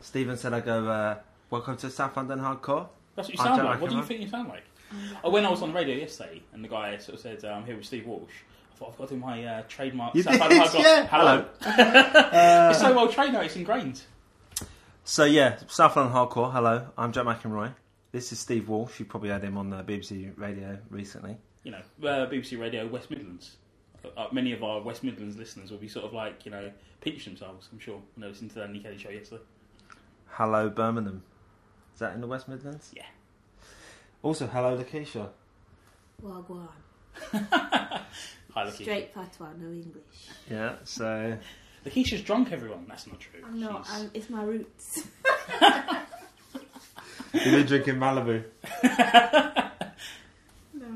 Stephen said I go, uh, welcome to South London Hardcore. That's what you I sound don't like. What do you recognise- think you sound like? Mm. Oh, when I was on the radio yesterday, and the guy sort of said, um, "Here with Steve Walsh." I thought I've got in my uh, trademark. You South did, London Hardcore. yeah. Uh. Hello. it's so well trained now; it's ingrained. So yeah, South London Hardcore. Hello, I'm Jack McEnroy. This is Steve Walsh. You probably heard him on the BBC radio recently. You know, uh, BBC Radio West Midlands. Uh, many of our West Midlands listeners will be sort of like you know pinch themselves. I'm sure when they listened to the Andy Kelly show yesterday. Hello, Birmingham. Is that in the West Midlands? Yeah. Also, hello, Lakeisha. Wagwan. Hi, Lakeisha. Straight patois, no English. Yeah. So Lakeisha's drunk, everyone. That's not true. I'm not. She's- I'm, it's my roots. you've been drinking Malibu. No.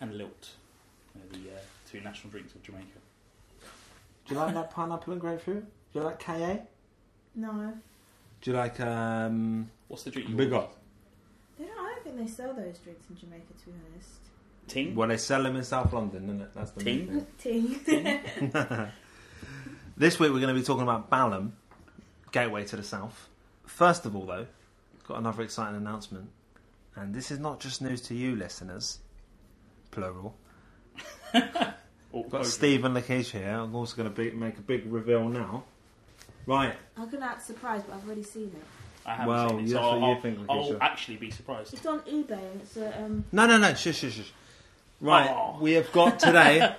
and Lilt, you know, the uh, two national drinks of Jamaica. Do you like that pineapple and grapefruit? Do you like KA? No. Do you like um? What's the drink? you Big ordered? up. They don't, I don't think they sell those drinks in Jamaica, to be honest. Ting. Well, they sell them in South London, isn't it? That's the main Ting? thing. Ting. This week we're going to be talking about Balham, gateway to the south. First of all, though, got another exciting announcement, and this is not just news to you, listeners, plural. Or- We've got or- Steve and Lakesh here. I'm also going to be, make a big reveal now. Right. I'm going to act surprised, but I've already seen it. I haven't Well, seen it, yes, so what I'll, you I'll, think, Lakeisha. I'll actually be surprised. It's on eBay and it's a. Um, No, no, no. Shush, shush, shush. Right. Oh. We have got today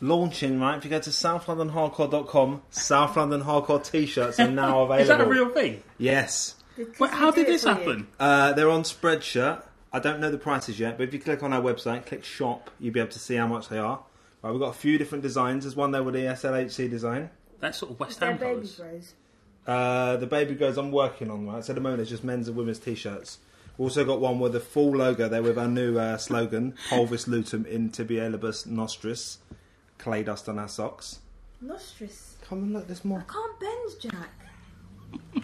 launching. Right. If you go to southlondonhardcore.com, South London Hardcore t-shirts are now available. Is that a real thing? Yes. did- Wait, how do did it this for you? happen? Uh, they're on Spreadshirt. I don't know the prices yet, but if you click on our website, click shop, you'll be able to see how much they are. Right, we've got a few different designs. There's one there with the SLHC design. That's sort of West They're Ham baby colours. bros. Uh, the baby goes, I'm working on, right? So at the moment, it's just men's and women's t shirts. We've also got one with a full logo there with our new uh, slogan, Polvis Lutum in Tibialibus Nostris. Clay dust on our socks. Nostrous. Come and look, there's I more. can't bend, Jack.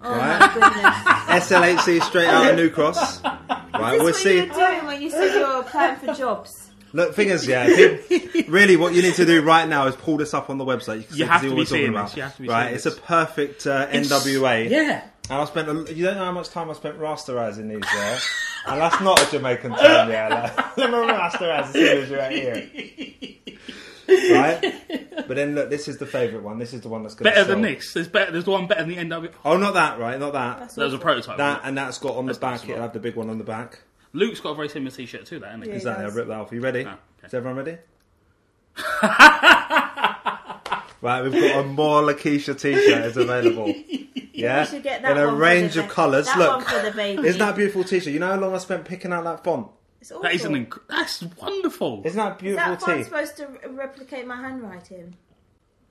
oh Right. my goodness. SLHC straight out of New Cross. Right, we'll This is what see. you were doing when you said you were applying for jobs. Look, fingers, yeah. If you- really, what you need to do right now is pull this up on the website. You, can You see have what to we're be talking seeing about. this, you have to be right, seeing it's this. a perfect uh, NWA. Yeah. And I spent. A, you don't know how much time I spent rasterizing these there. and that's not a Jamaican term, yeah. Like, let me rasterize as soon as you're out here. Right? But then look, this is the favourite one. This is the one that's going to Better than this. There's better. There's one better than the NW. Oh, not that, right? Not that. That was a prototype. That wasn't and that's got on the That's back. nice as well. It'll have the big one on the back. it? Luke's got a very similar T-shirt too. That hasn't he? Yeah. Exactly. I'll does. rip that off. You ready? Oh, okay. Is everyone ready? right, we've got a more Lakeisha t-shirt is available. Yeah, You should get that in a one for range the of ba- colours. That Look, one for the baby. isn't that a beautiful t-shirt? You know how long I spent picking out that font? It's awful. That is an inc- that's wonderful. Isn't that a beautiful That font's t? supposed to re- replicate my handwriting.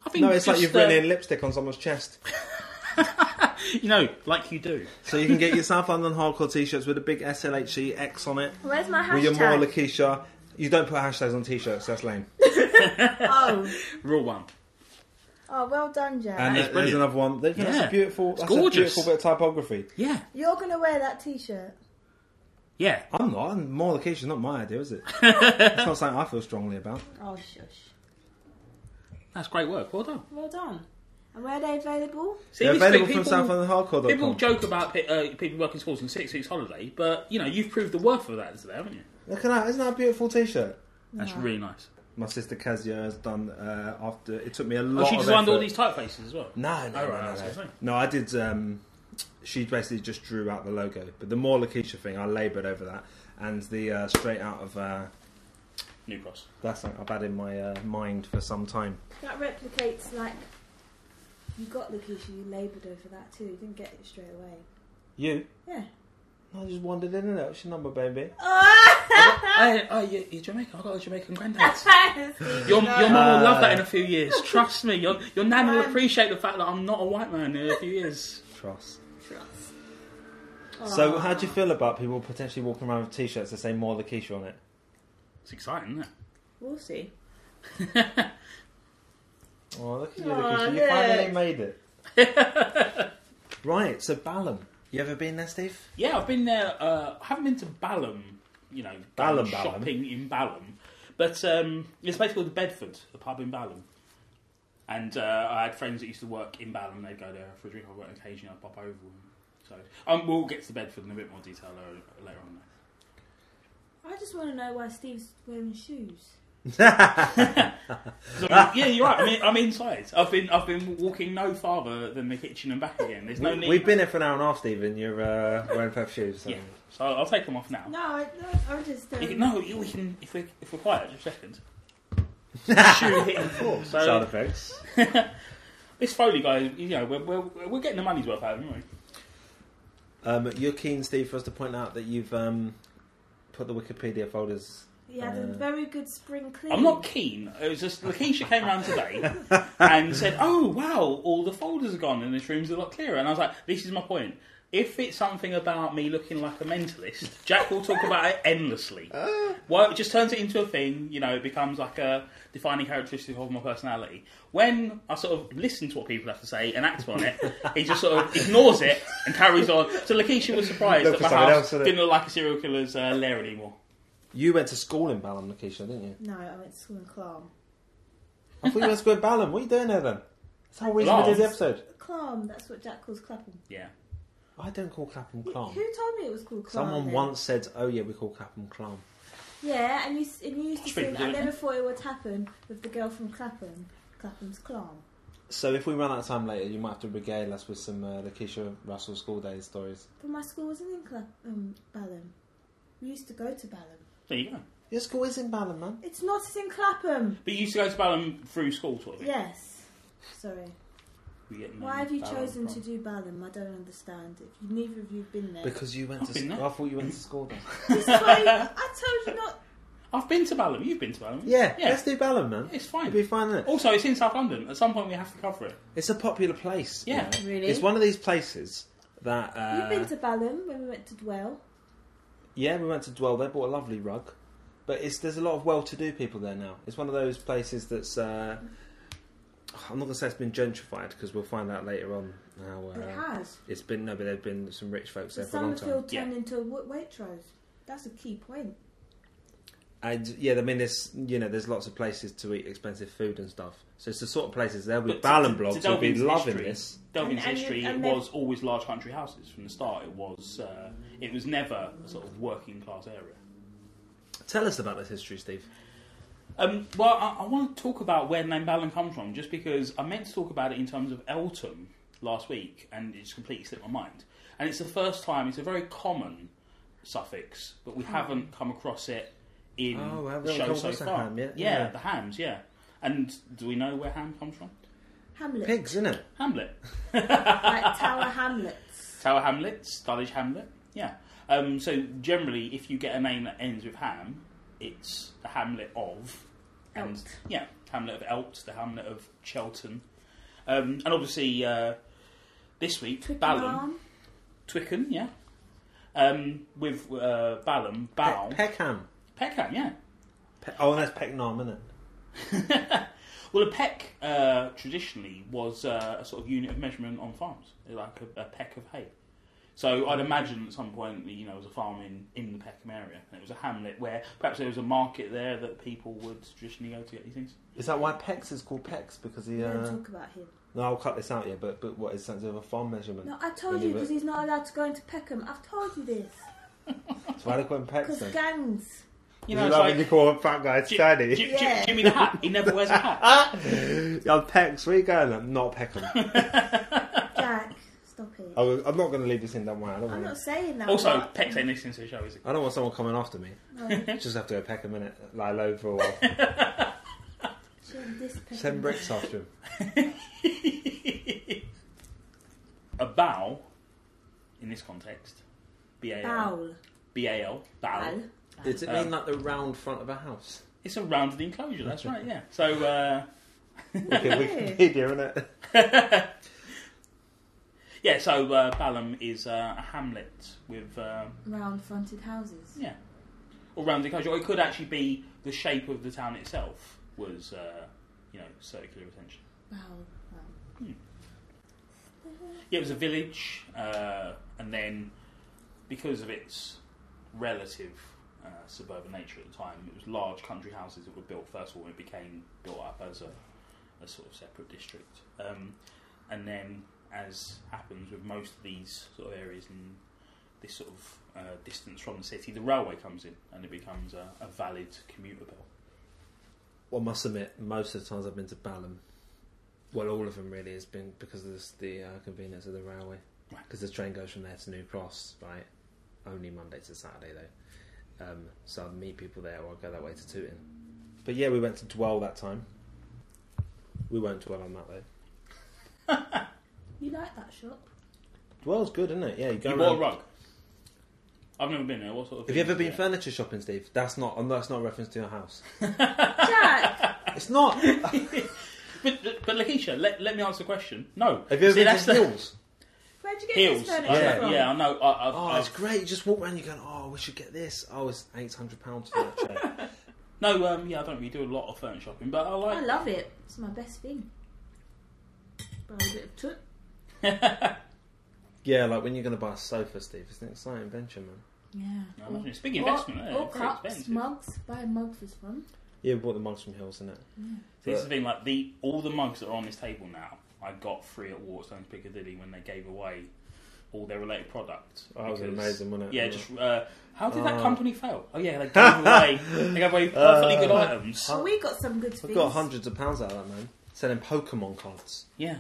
I think No, it's like just, you've uh, written in lipstick on someone's chest. You know, like you do. So you can get your South London hardcore t-shirts with a big SLHE E X on it. Where's my With your more hashtag? Lakeisha. You don't put hashtags on t-shirts. That's lame. oh, Rule one. oh, well done, Jack. And is there's brilliant. another one. That's Yeah. a beautiful. It's that's gorgeous. a beautiful bit of typography. Yeah. You're gonna wear that T-shirt. Yeah. I'm not. I'm more location. Not my idea, is it? it's not something I feel strongly about. Oh shush. That's great work. Well done. Well done. And where are they available? See, They're this thing, available from southlondonhardcore.com. People joke about pe- uh, people working schools in six weeks holiday, but you know you've proved the worth of that today, haven't you? Look at that! Isn't that a beautiful T-shirt? That's really nice. My sister Kazia has done. Uh, after it took me a Oh, lot. she of designed all effort. these typefaces as well. No, no, Oh, no, right, no, that's no. what I'm saying. No, I did. Um, she basically just drew out the logo, but the more Lakeisha thing, I laboured over that, and the uh, straight out of uh, New Cross. that's something I've had in my uh, mind for some time. That replicates like you got Lakeisha. You laboured over that too. You didn't get it straight away. You? Yeah. I just wandered in and out. What's your number, baby? Hey, oh, you- you're Jamaican. I got a Jamaican granddad. Honestly, Your, no. your mum will Uh, love that in a few years. Trust me. Your, your nan will Um, appreciate the fact that I'm not a white man in a few years. Trust. Trust. So, Oh. how do you feel about people potentially walking around with T-shirts that say "More Lakeisha" on it? It's exciting, isn't We'll see. it? Oh, look at you, Aw, Lakeisha. You look. finally made it. right, so Balham. You ever been there, Steve? yeah, I've been there. Uh, I haven't been to Balham, you know, Balham, going Balham. shopping in Balham. But um, it's basically called the Bedford, the pub in Balham. And uh, I had friends that used to work in Balham, they'd go there for a drink. I went occasionally, I'd pop over. And so um, we'll get to Bedford in a bit more detail later, later on. I just want to know why Steve's wearing shoes. So, yeah, you're right. I'm, in, I'm inside. I've been I've been walking no farther than the kitchen and back again. There's no We- need. We've been here for an hour and a half, Stephen. You're uh, wearing pair of shoes. So. Yeah. So I'll take them off now. No, I, no, I just You can- um, No, you- we can if we if we're quiet just a second. Shoe hitting the floor. Side So effects. this Foley guy, you know, we're, we're, we're getting the money's worth out of him, aren't Um, you're keen, Steve, for us to point out that you've um, put the Wikipedia folders. he had a Uh, very good spring we? clean. I'm not keen. It was just Lakeisha came round today and said, "Oh wow, all the folders are gone and this room's a lot clearer." And I was like, "This is my point." If it's something about me looking like a mentalist, Jack will talk about it endlessly. Well, it just turns it into a thing, you know, it becomes like a defining characteristic of my personality. When I sort of listen to what people have to say and act on it, he just sort of ignores it and carries on. So Lakeisha was surprised Look that for my someone house else, innit? didn't look like a serial killer's uh, lair anymore. You went to school in Balham, Lakeisha, didn't you? No, I went to school in Clam. I thought you went to school in Balham. What are you doing there then? That's the whole reason we did the episode. Clam, that's what Jack calls Clapham. Yeah. I don't call Clapham Clam. Who told me it was called Clam? Someone then? once said, "Oh yeah, we call Clapham Clam." Yeah, and you, s- and you used to Should we sing, do I it never now? thought it would happen with the girl from Clapham. Clapham's Clam. So if we run out of time later, you might have to regale us with some uh, Lakeisha Russell school days stories. But my school wasn't in Clapham, um, Balham. We used to go to Balham. There you go. Your school is in Balham, man. It's not, it's in Clapham. But you used to go to Balham through school, sort of thing. Yes. Sorry. We get Why have you Mm, Balham chosen from- to do Balham? I don't understand. If you, neither of you have been there. Because you went I've to. been Sc- there. I thought you went to school then. It's fine. I told you not. I've been to Balham. You've been to Balham. Yeah, Yeah. let's do Balham, man. It's It'd fine. Oh. be fine, innit? Also, it's in South London. At some point, we have to cover it. It's a popular place. you Yeah. know. Really? It's one of these places that. Uh, You've been to Balham when we went to Dwell. Yeah, we went to Dwell. They bought a lovely rug, but it's there's a lot of well-to-do people there now. It's one of those places that's. Uh, I'm not gonna say it's been gentrified because we'll find out later on how it uh, has. it's been. No, but there've been some rich folks there The for a long time. Summerfield turned Yeah. into a Wa- Waitrose. That's a key point. And yeah, I mean, there's you know, there's lots of places to eat expensive food and stuff. So it's the sort of places there with But to- Ballon to- to blogs delve would be into loving history. this. Delving into And- and you- history, and it then- was always large country houses from the start. It was, uh, it was never a sort of working class area. Tell us about this history, Steve. Um, well, I, I want to talk about where the name Balham comes from, just because I meant to talk about it in terms of Eltham last week, and it just completely slipped my mind. And it's the first time; it's a very common suffix, but we haven't come across it in Hmm. Oh, we haven't the come show so across a far. ham yet, yeah, yeah. the hams, yeah. And do we know where ham comes from? Hamlet. Pigs, innit? Hamlet. like Tower Hamlets. Tower Hamlets, Dulwich Hamlet. Yeah. Um, so generally, if you get a name that ends with ham, it's the Hamlet of, Oh, and Elt. yeah, Hamlet of Elt, the Hamlet of Chelton, um, and obviously uh, this week Balham, Twickenham. Twickenham, yeah, um, with uh, Balham, Bow, Pe- Peckham. Peckham, yeah. Pe- oh, and that's Pecknam, isn't it? Well, a peck uh, traditionally was uh, a sort of unit of measurement on farms, like a, a peck of hay. So I'd imagine at some point, you know, there was a farm in, in the Peckham area, and it was a hamlet where perhaps there was a market there that people would traditionally go to get these things. Is that why Pex is called Pex? Because he. Don't Uh, talk about him. no, I'll cut this out, yeah. But but what is that of a farm measurement? No, I told Anyway. you because he's not allowed to go into Peckham. I've told you this. That's why they call him Pex. Because Then. gangs. You know, You it's know when you like call a fat guy Ji- shiny. Ji- Ji- Yeah. Jimmy the Hat. He never wears a hat. I'm Pex. Where you going? I'm not Peckham. Jack, stop it. I was, I'm not going to leave this in. Don't worry. I don't, I'm want, not saying that. Also, but- Peck ain't listening to the show, is I don't want someone coming after me. No, Just have to go Peckham a minute, lie low for a while. she had this Peckham. Send bricks after him. he? a bow, in this context, B A L, Bowl. B A L, bow. Bowl. Does it Um, mean like the round front of a house? It's a rounded enclosure. That's right. Yeah. So uh, Wicked Yeah. Wikipedia, isn't it? yeah. So uh, Balham is uh, a hamlet with uh, Round fronted houses. yeah, or rounded enclosure. Or it could actually be the shape of the town itself was uh, you know circular attention. Bowl. Wow. Hmm. Yeah, it was a village, uh, and then because of its relative uh, suburban nature at the time, it was large country houses that were built first of all, and it became built up as a a sort of separate district. Um, and then, as happens with most of these sort of areas in this sort of uh, distance from the city, the railway comes in and it becomes a, a valid commuter belt. Well, I must admit, most of the times I've been to Balham, well, all of them really has been because of this, the uh, convenience of the railway. Right. Because the train goes from there to New Cross, right? Only Monday to Saturday though, um, so I'd meet people there or I'd go that way to Tooting. But yeah, we went to Dwell that time. We won't dwell on that though. You like that shop? Dwell's good, isn't it? Yeah, you go. You bought a around- rug. I've never been there. What sort of? Have you things ever been are there? furniture shopping, Steve? That's not. and That's not a reference to your house. Jack! It's not. Have But, but, but Lakeisha, let, let me answer the question. No. you ever See, been that's to the Hills? Where'd you get Hills. this furniture Yeah, from? yeah, I know. I, I've, Oh, I've, it's great. You just walk around. You go, oh, we should get this. Oh, it's eight hundred pounds for that chair. No, um, yeah, I don't really do a lot of furniture shopping, but I I like. love it. It's my best thing. Buy a bit of took. yeah, like when you're going to buy a sofa, Steve. It's an exciting venture, man. Yeah. I imagine it's a big investment. Or, isn't it? or It's cups, expensive. mugs. Buy mugs is fun. Yeah, we bought the mugs from Hills, innit? See, this is the thing. Like the all the mugs that are on this table now, I got free at Waterstones Piccadilly when they gave away all their related products. Oh, that was Because- amazing, wasn't it? Yeah, just uh, how did that Oh. company fail? Oh yeah, they gave away they gave away Uh. perfectly good items. Well, we got some good things. I got hundreds of pounds out of that man selling Pokemon cards. Yeah,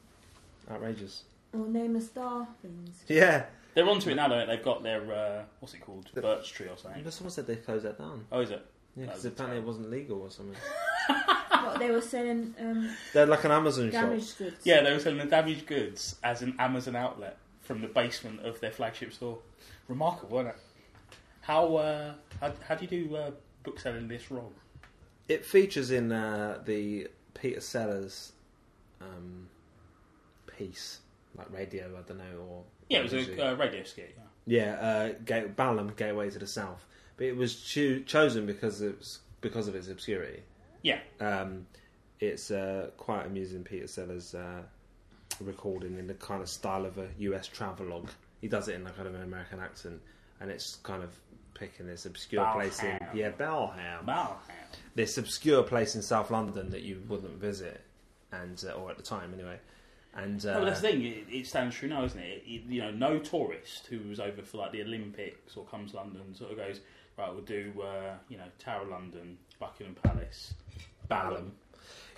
Outrageous. Or name a star things. Yeah. they're onto it now. Though. They've got their uh, what's it called, The- birch tree or something. But someone said they closed that down. Oh, is it? Yeah, That because was apparently it terrible. wasn't legal or something. But they were selling um, They had like an Amazon shop. damaged goods. Yeah, they were selling the damaged goods as an Amazon outlet from the basement of their flagship store. Remarkable, isn't it? How uh, how, how do you do uh, book selling this wrong? It features in uh, the Peter Sellers um, piece, like radio, I don't know, or Yeah, it was music. a uh, radio skit. Yeah. yeah, uh, Ga- Balham, Gateway to the South, but it was cho- chosen because it's because of its obscurity. Yeah. um, it's uh, quite amusing. Peter Sellers uh, recording in the kind of style of a US travelogue. He does it in a kind of an American accent, and it's kind of picking this obscure place in Balham. yeah Balham Wow. this obscure place in South London that you wouldn't visit, and uh, or at the time anyway. And uh, No, but Oh, that's the thing. It, it stands true now, isn't it? It- You know, no tourist who was over for like the Olympics or comes to London sort of goes right. We'll do uh, you know Tower of London, Buckingham Palace, Balham.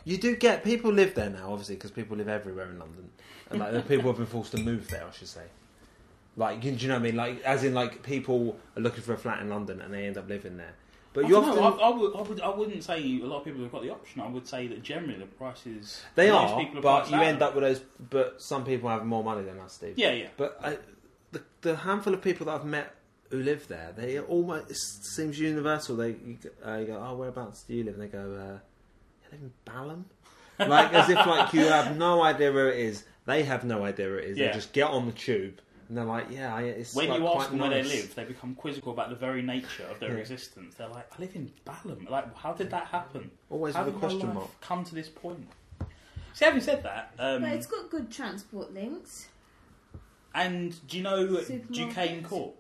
you do get people live there now, obviously, because people live everywhere in London, and like the people have been forced to move there, I should say. Like, you- do you know what I mean? Like, as in, like people are looking for a flat in London and they end up living there. But I, you don't often know, I, I, would, I, would, I wouldn't say a lot of people have got the option. I would say that generally the prices they most are, people but priced you out. end up with those. But some people have more money than us, Steve. yeah, yeah. But I, the, the handful of people that I've met who live there, they are almost it seems universal. They you, go- uh, you go, oh, whereabouts do you live? And they go, uh, I live in Balham. like as if like you have no idea where it is. They have no idea where it is. Yeah. They just get on the tube and they're like, yeah, I- it's When like, you quite ask them where they nice." live, they become quizzical about the very nature of their Yeah. existence. They're like, "I live in Balham. Like, how did that happen? Always how with a did my question life mark. Come to this point." See, having said that, um, But it's got good transport links. and do you know Duquesne Supermarkets. Court?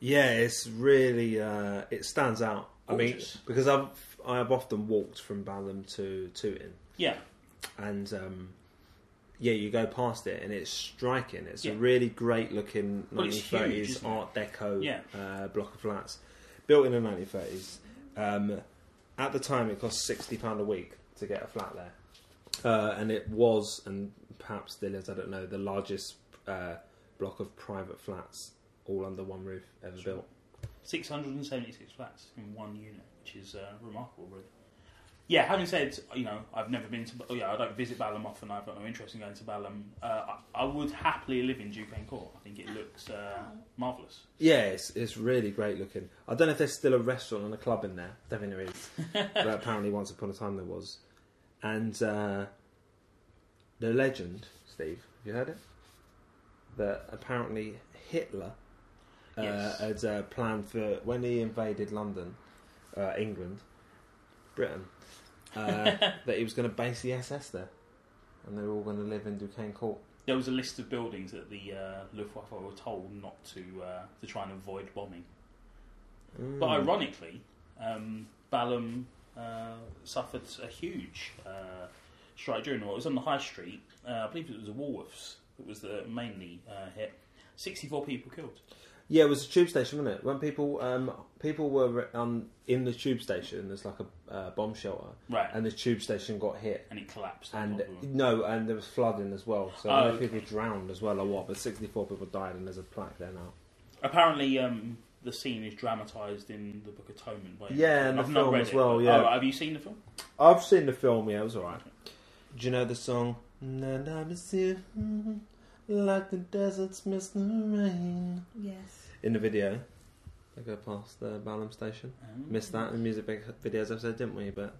Yeah, it's really uh, it stands out. Gorgeous. I mean, because I've I've often walked from Balham to Tooting. Yeah, and um, yeah, you go past it and it's striking. It's Yeah. a really great looking Well, it's huge, 1930s isn't it? Art Deco Yeah. uh, block of flats built in the 1930s. Um, at the time, it cost sixty pound a week to get a flat there, uh, and it was, and perhaps still is, I don't know, the largest uh, block of private flats all under one roof ever Sure. built. six hundred and seventy-six flats in one unit, which is uh, remarkable, really. Yeah, having said, you know, I've never been to. Oh yeah, I don't visit Balham often. I've got no interest in going to Balham. Uh, I, I would happily live in Duquesne Court. I think it looks uh, marvelous. Yeah, it's, it's really great looking. I don't know if there's still a restaurant and a club in there. I don't think there is. but apparently, once upon a time, there was. And uh, the legend, Steve, you heard it? That apparently Hitler uh, Yes. had uh, planned for when he invaded London, uh, England, Britain, uh, that he was going to base the SS there. And they were all going to live in Duquesne Court. There was a list of buildings that the uh, Luftwaffe were told not to uh, to try and avoid bombing. But Mm. ironically, um, Balham uh, suffered a huge uh, strike during the war. It was on the high street. Uh, I believe it was a Woolworths that was the mainly uh, hit. 64 people killed. Yeah, it was a tube station, wasn't it? When people um, people were um, in the tube station, there's like a uh, bomb shelter, Right. and the tube station got hit, And it collapsed. on and top of them. no, and there was flooding as well. So Oh, I know okay. people drowned as well, or what? But 64 people died, and there's a plaque there now. Apparently, um, the scene is dramatised in the Book Atonement. By Yeah, and the I've not film read as it, well, but- yeah. Oh, have you seen the film? I've seen the film. Yeah, it was alright. Do you know the song? And I miss you, mm, like the deserts miss the rain. Yes. In the video, they go past the Balam station. Missed that in the music vi- videos episode, didn't we? But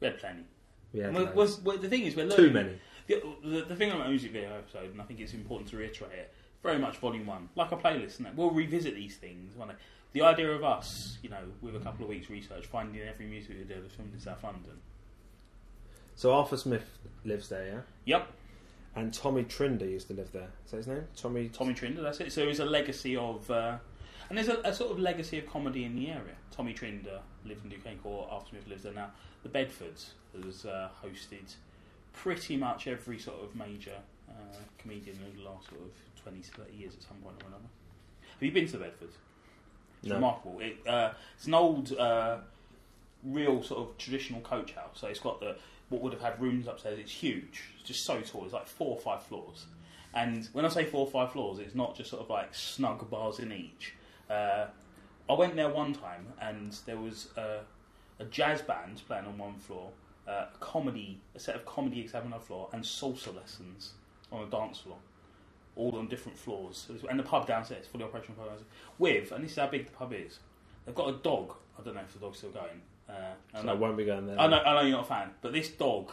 We had plenty. we had And we're- loads. we're- we're- the thing is, we're learning. too many. The, the, the thing about the music video episode, and I think it's important to reiterate it, very much volume one, like a playlist, and that we'll revisit these things. One day. The idea of us, you know, with a couple of weeks' research, finding every music video that's filmed in South London. So Arthur Smith lives there, yeah. Yep, And Tommy Trinder used to live there. Is that his name? Tommy. Tommy Trinder, that's it. So there's a legacy of, uh, and there's a, a sort of legacy of comedy in the area. Tommy Trinder lived in Duquesne Court, Arthur Smith lives there now. The Bedfords has uh, hosted pretty much every sort of major uh, comedian in the last sort of 20 to 30 years at some point or another. Have you been to the Bedfords? It's No. remarkable. It, uh, it's an old, uh, real sort of traditional coach house. So it's got the what would have had rooms upstairs. It's huge. It's just so tall. It's like four or five floors. And when I say four or five floors, it's not just sort of like snug bars in each. Uh, I went there one time and there was uh, a, a jazz band playing on one floor, uh, a comedy, a set of comedy acts on another floor, and salsa lessons on a dance floor, all on different floors. So it's- And the pub downstairs, fully operational pub downstairs, with, and this is how big the pub is, they've got a dog. I don't know if the dog's still going. Uh, So uh, and I won't be going there. I know, I know you're not a fan, but this dog,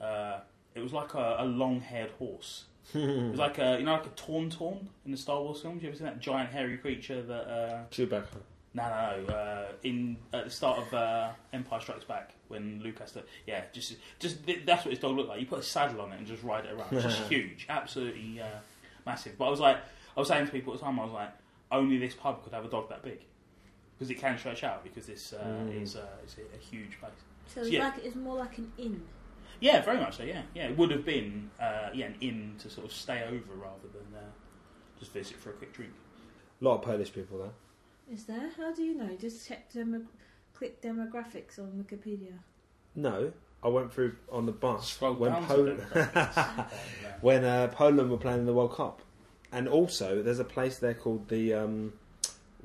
uh, it was like a, a long-haired horse. it Mm-hmm. was like a, you know, like a tauntaun in the Star Wars films. You ever seen that giant hairy creature that? Uh, Chewbacca. no, no, no. Uh, in at the start of uh, Empire Strikes Back, when Luke has to, yeah, just, just th- that's what his dog looked like. You put a saddle on it and just ride it around. It's just huge, absolutely uh, massive. But I was like, I was saying to people at the time, I was like, only this pub could have a dog that big because it can stretch out because this uh, Mm. is uh, is a- a huge place. So it's Yeah. like it's more like an inn. Yeah, very much so. Yeah, yeah, it would have been uh, yeah an inn to sort of stay over rather than uh, just visit for a quick drink. A lot of Polish people there. Is there? How do you know? Just check demo- click demographics on Wikipedia. No, I went through on the bus Scroll Oh, when down Pol- to them. when uh, Poland were playing in the World Cup, and also there's a place there called the um,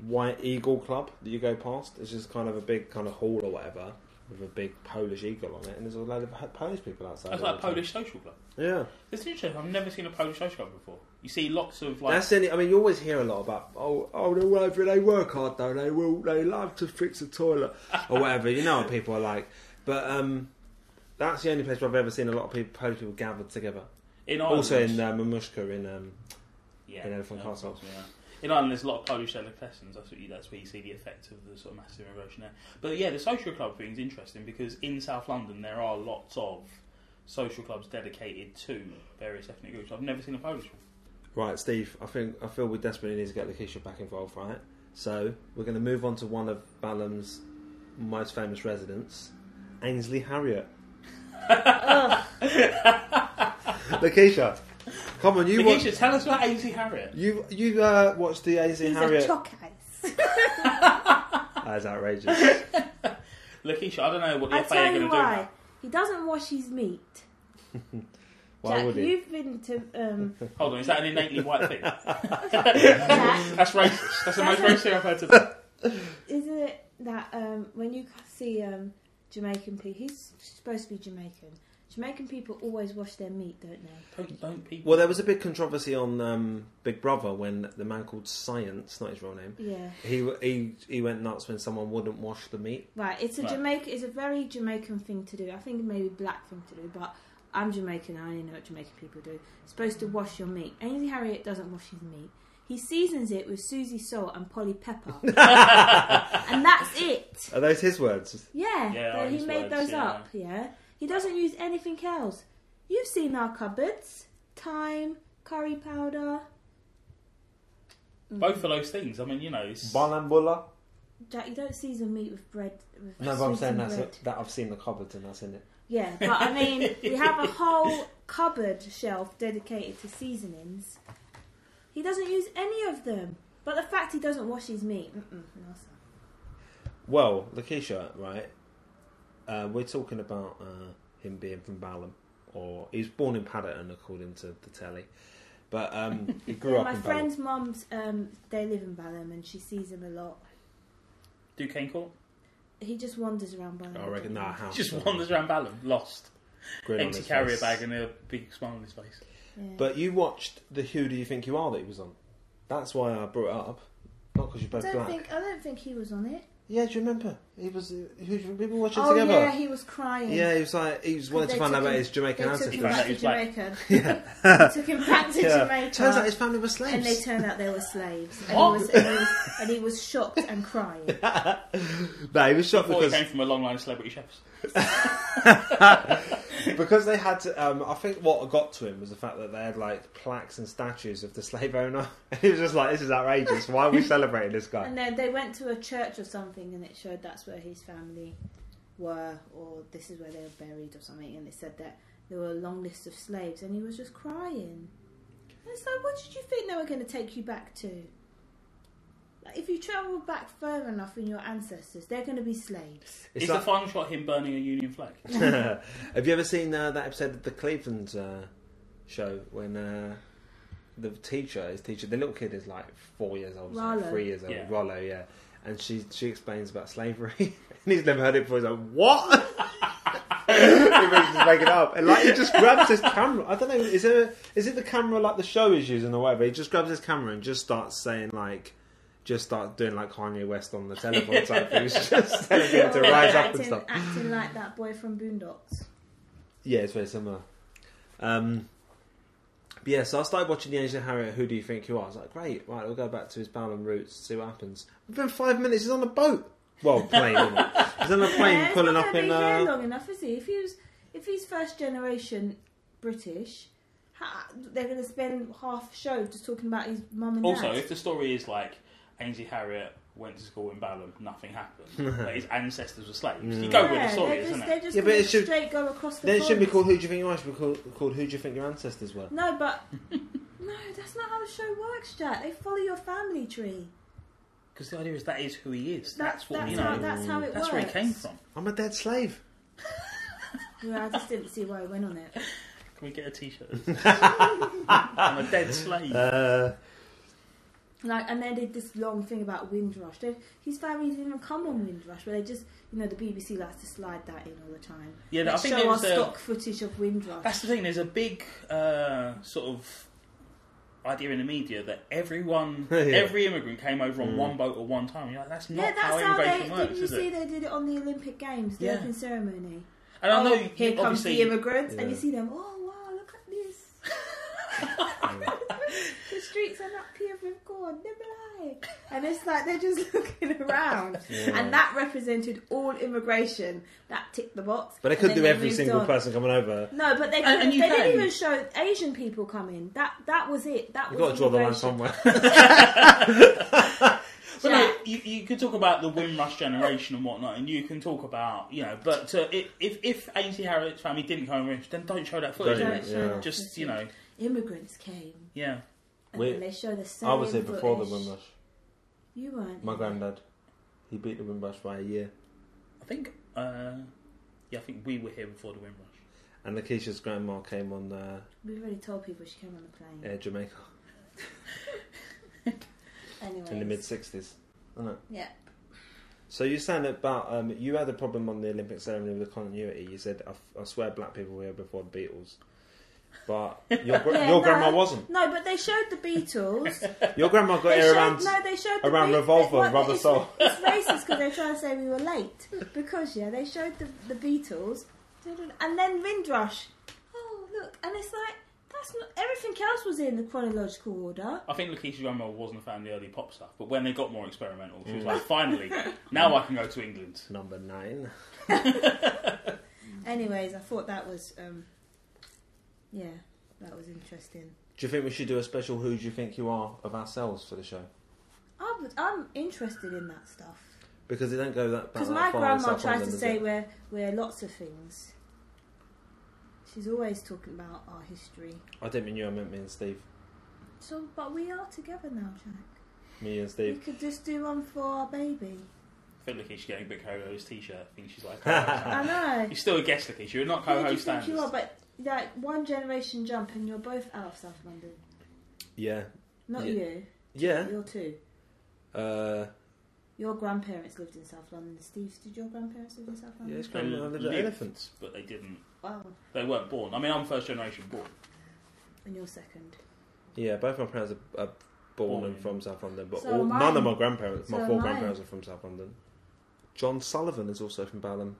White Eagle Club that you go past. It's just kind of a big kind of hall or whatever with a big Polish eagle on it, and there's a load of Po- Polish people outside. That's all like a the time. Polish social club. Yeah, It's interesting. I've never seen a Polish social club before. You see lots of like that's any. I mean, you always hear a lot about oh, oh, they're all over it, they work hard though. They will. They love to fix a toilet or whatever. You know what people are like, but um. That's the only place where I've ever seen a lot of people, Polish people gathered together. in Ireland. Also in uh, Mamushka in um, yeah, in Elephant yeah, Castle. Yeah. In Ireland, there's a lot of Polish delicatessens. That's what you, that's where you see the effect of the sort of massive erosion there. But yeah, the social club thing is interesting because in South London there are lots of social clubs dedicated to various ethnic groups. I've never seen a Polish one. Right, Steve. I think I feel we desperately need to get Lakeisha back involved, right? So we're going to move on to one of Balaam's most famous residents, Ainsley Harriott. Lakeisha, come on, you Nikisha, watch, tell us about Ainsley Harriet. you you uh, watched the Ainsley He's a Harriott. chock ice. that is outrageous. Lakeisha, I don't know what the I FA are going tell to do. you why. now. He doesn't wash his meat. Why Jack, would he? you've been to um, Hold on, is that an innately white thing? Jack. That's racist. That's the most That's racist thing I've heard today. Isn't it that um, when you see um, Jamaican people, he's supposed to be Jamaican. Jamaican people always wash their meat, don't they? Don't, don't people. Well, there was a big controversy on um, Big Brother when the man called Science, not his real name, Yeah. he he he went nuts when someone wouldn't wash the meat. Right. It's a Right. Jamaica. It's a very Jamaican thing to do. I think maybe black thing to do, but I'm Jamaican. I only know what Jamaican people do. supposed to wash your meat. Ainsley Harriet doesn't wash his meat. He seasons it with Susie salt and Polly Pepper, and that's it. Are those his words? Yeah, Yeah, th- he his made words, those yeah. up. Yeah, he doesn't use anything else. You've seen our cupboards: thyme, curry powder. Mm. Both of those things. I mean, you know. It's, Balambula. Jack, you don't season meat with bread. With No, but I'm seasoned saying that's bread. it. that I've seen the cupboards and that's in it. Yeah, but I mean, we have a whole cupboard shelf dedicated to seasonings. He doesn't use any of them. But the fact he doesn't wash his meat, mm-mm, no, sir. Well, Lakeisha, right? Uh, we're talking about uh, him being from Balham, or he was born in Paddington, according to the telly, but um, he grew Yeah, up my in Balham. friend's mum's, um, they live in Balham and she sees him a lot. Duquesne Court. He just wanders around Balham. Oh, I reckon that house Just wanders around Balham, lost. grin on Empty his carrier face. bag and a big smile on his face. Yeah. But you watched the Who Do You Think You Are that he was on. That's why I brought it up, not because you're I both don't black. think I don't think he was on it. Yeah, do you remember? He was. uh, Who, we were watching Oh together. yeah, he was crying. Yeah, he was like he was wanted They to find took out about him- his They Jamaican took ancestors. him Fact back that to he's black. Jamaica. they took him back to Yeah. Jamaica. Turns out his family were and slaves. they turned out they were slaves. And he, What? was, and, he was, and he was shocked and crying. no, he was shocked Before he because came from a long line of celebrity chefs. because they had to. Um, I think what got to him was the fact that they had like plaques and statues of the slave owner. he was just like, "This is outrageous. Why are we celebrating this guy?" And then they went to a church or something, and it showed that's where his family were, or this is where they were buried, or something. And they said that there were a long list of slaves, and he was just crying. And it's like, what did you think they were going to take you back to? Like, if you travel back far enough in your ancestors, they're going to be slaves. It's Is like- the final shot him burning a Union flag? Have you ever seen uh, that episode of the Cleveland uh, show when uh, the teacher, his teacher, the little kid is like four years old, so Rollo. three years old, Yeah. Rollo, yeah, and she she explains about slavery, and he's never heard it before. He's like, "What?" he was just making it up, and like he just grabs his camera. I don't know, is there is it the camera like the show is using or whatever? He just grabs his camera and just starts saying like. Just start doing like Kanye West on the telephone type thing. It's just telling people to Or rise up and acting, stuff. acting like that boy from Boondocks. Yeah, it's very similar. Um, but yeah, so I started watching the Asian Harriet. Who do you think you are? I was like, great, right, we'll go back to his Bowland roots, see what happens. Within five minutes, he's on a boat. Well, plane. isn't it? He's on a plane Yeah, he's pulling not up gonna in. be here Uh, long enough, is he? If he was, if he's first generation British, ha they're going to spend half a show just talking about his mum and Also, dad. if the story is like Ainsley Harriet went to school in Balham, nothing happened, but his ancestors were slaves, you go with the story, they're isn't just, it? they're just Yeah, but going it to should- straight go across the. then it should be pond. called Who Do You Think You Are? It should be called, called Who Do You Think Your Ancestors Were? No, but no, that's not how the show works, Jack. They follow your family tree. Because the idea is that is who he is. That- That's what that's you know. How, that's how it that's works. where he came from. I'm a dead slave. Yeah, I just didn't see why he went on it. Can we get a T-shirt? I'm a dead slave. Uh, Like, and they did this long thing about Windrush. They, his family didn't even come on Windrush, but they just, you know, the BBC likes to slide that in all the time. Yeah, Like, I think show there our was uh, a- stock footage of Windrush. That's the thing. There's a big uh, sort of idea in the media that everyone, Yeah. Mm. every immigrant came over on one boat at one time. You're like, that's not yeah, that's how, immigration they. works, didn't you is see it? they did it on the Olympic Games, the Yeah. opening ceremony? And I know oh, you- here comes obviously the immigrants, and you Yeah. see them. Oh wow, look at this. the streets are not paved with corn, never lie. And it's like they're just looking around, and that represented all immigration. That ticked the box. but I and could then do they every moved single on. person coming over. No, but they, And- and you they can. didn't even show Asian people coming. That that was it. That You've was got to draw the line immigration. somewhere. But no, Yeah. you, you could talk about the Windrush generation and whatnot, and you can talk about you know. But uh, if if, if Ainsley Harriet's family didn't come over, then don't show that footage. Don't, of it. yeah. Just you know, immigrants came, yeah. and We- then they show the same. I was here before the footage. Windrush. You weren't. My here. granddad, he beat the Windrush by a year. I think uh, yeah, I think we were here before the Windrush. And Lakeisha's grandma came on uh, We've already told people she came on the plane. Air Jamaica. Anyway. in the mid sixties. Yeah. So you're saying about um, you had a problem on the Olympic ceremony with the continuity. You said, "I, f- I swear, black people were here before the Beatles," but your gr- Yeah, your no. grandma wasn't. No, but they showed the Beatles. Your grandma got they here showed, around. no, they showed the around Beat- Revolver, what- Rubber it's, Soul. It's racist because they're trying to say we were late because yeah, they showed the the Beatles, and then Windrush. Oh look, and it's like that's not everything else was in the chronological order. I think Lakeisha's grandma wasn't a fan of the early pop stuff, but when they got more experimental, she was Mm. like, finally, now I can go to England. Number nine. Anyways, I thought that was um, yeah, that was interesting. Do you think we should do a special "Who Do You Think You Are" of ourselves for the show? I'm, I'm interested in that stuff. because they don't go that. Because that my far in grandma South tries London, to does say it? we're we're lots of things. She's always talking about our history. I didn't mean you. I meant me and Steve. So, but we are together now, Jack. Me and We Steve. could just do one for our baby. I feel like she's getting a bit co-host t-shirt. I think she's like, co-host. Ah. I know. you're still a guest, Lakeisha. You're not Who do you co-host think you are? standards. But like one generation jump, and you're both out of South London. Yeah. Not Yeah. you. Yeah. You're two. Uh, Your grandparents lived in South London. Steve's. Did your grandparents live in South yeah. London? It's kind of lived, little elephants. but they didn't. Wow. They weren't born. I mean, I'm first generation born. And you're second. Yeah. Both my parents are, are born Born and in- from South London, but So all, am none of I. my grandparents, my So four am I. grandparents, are from South London. John Sullivan is also from Balham,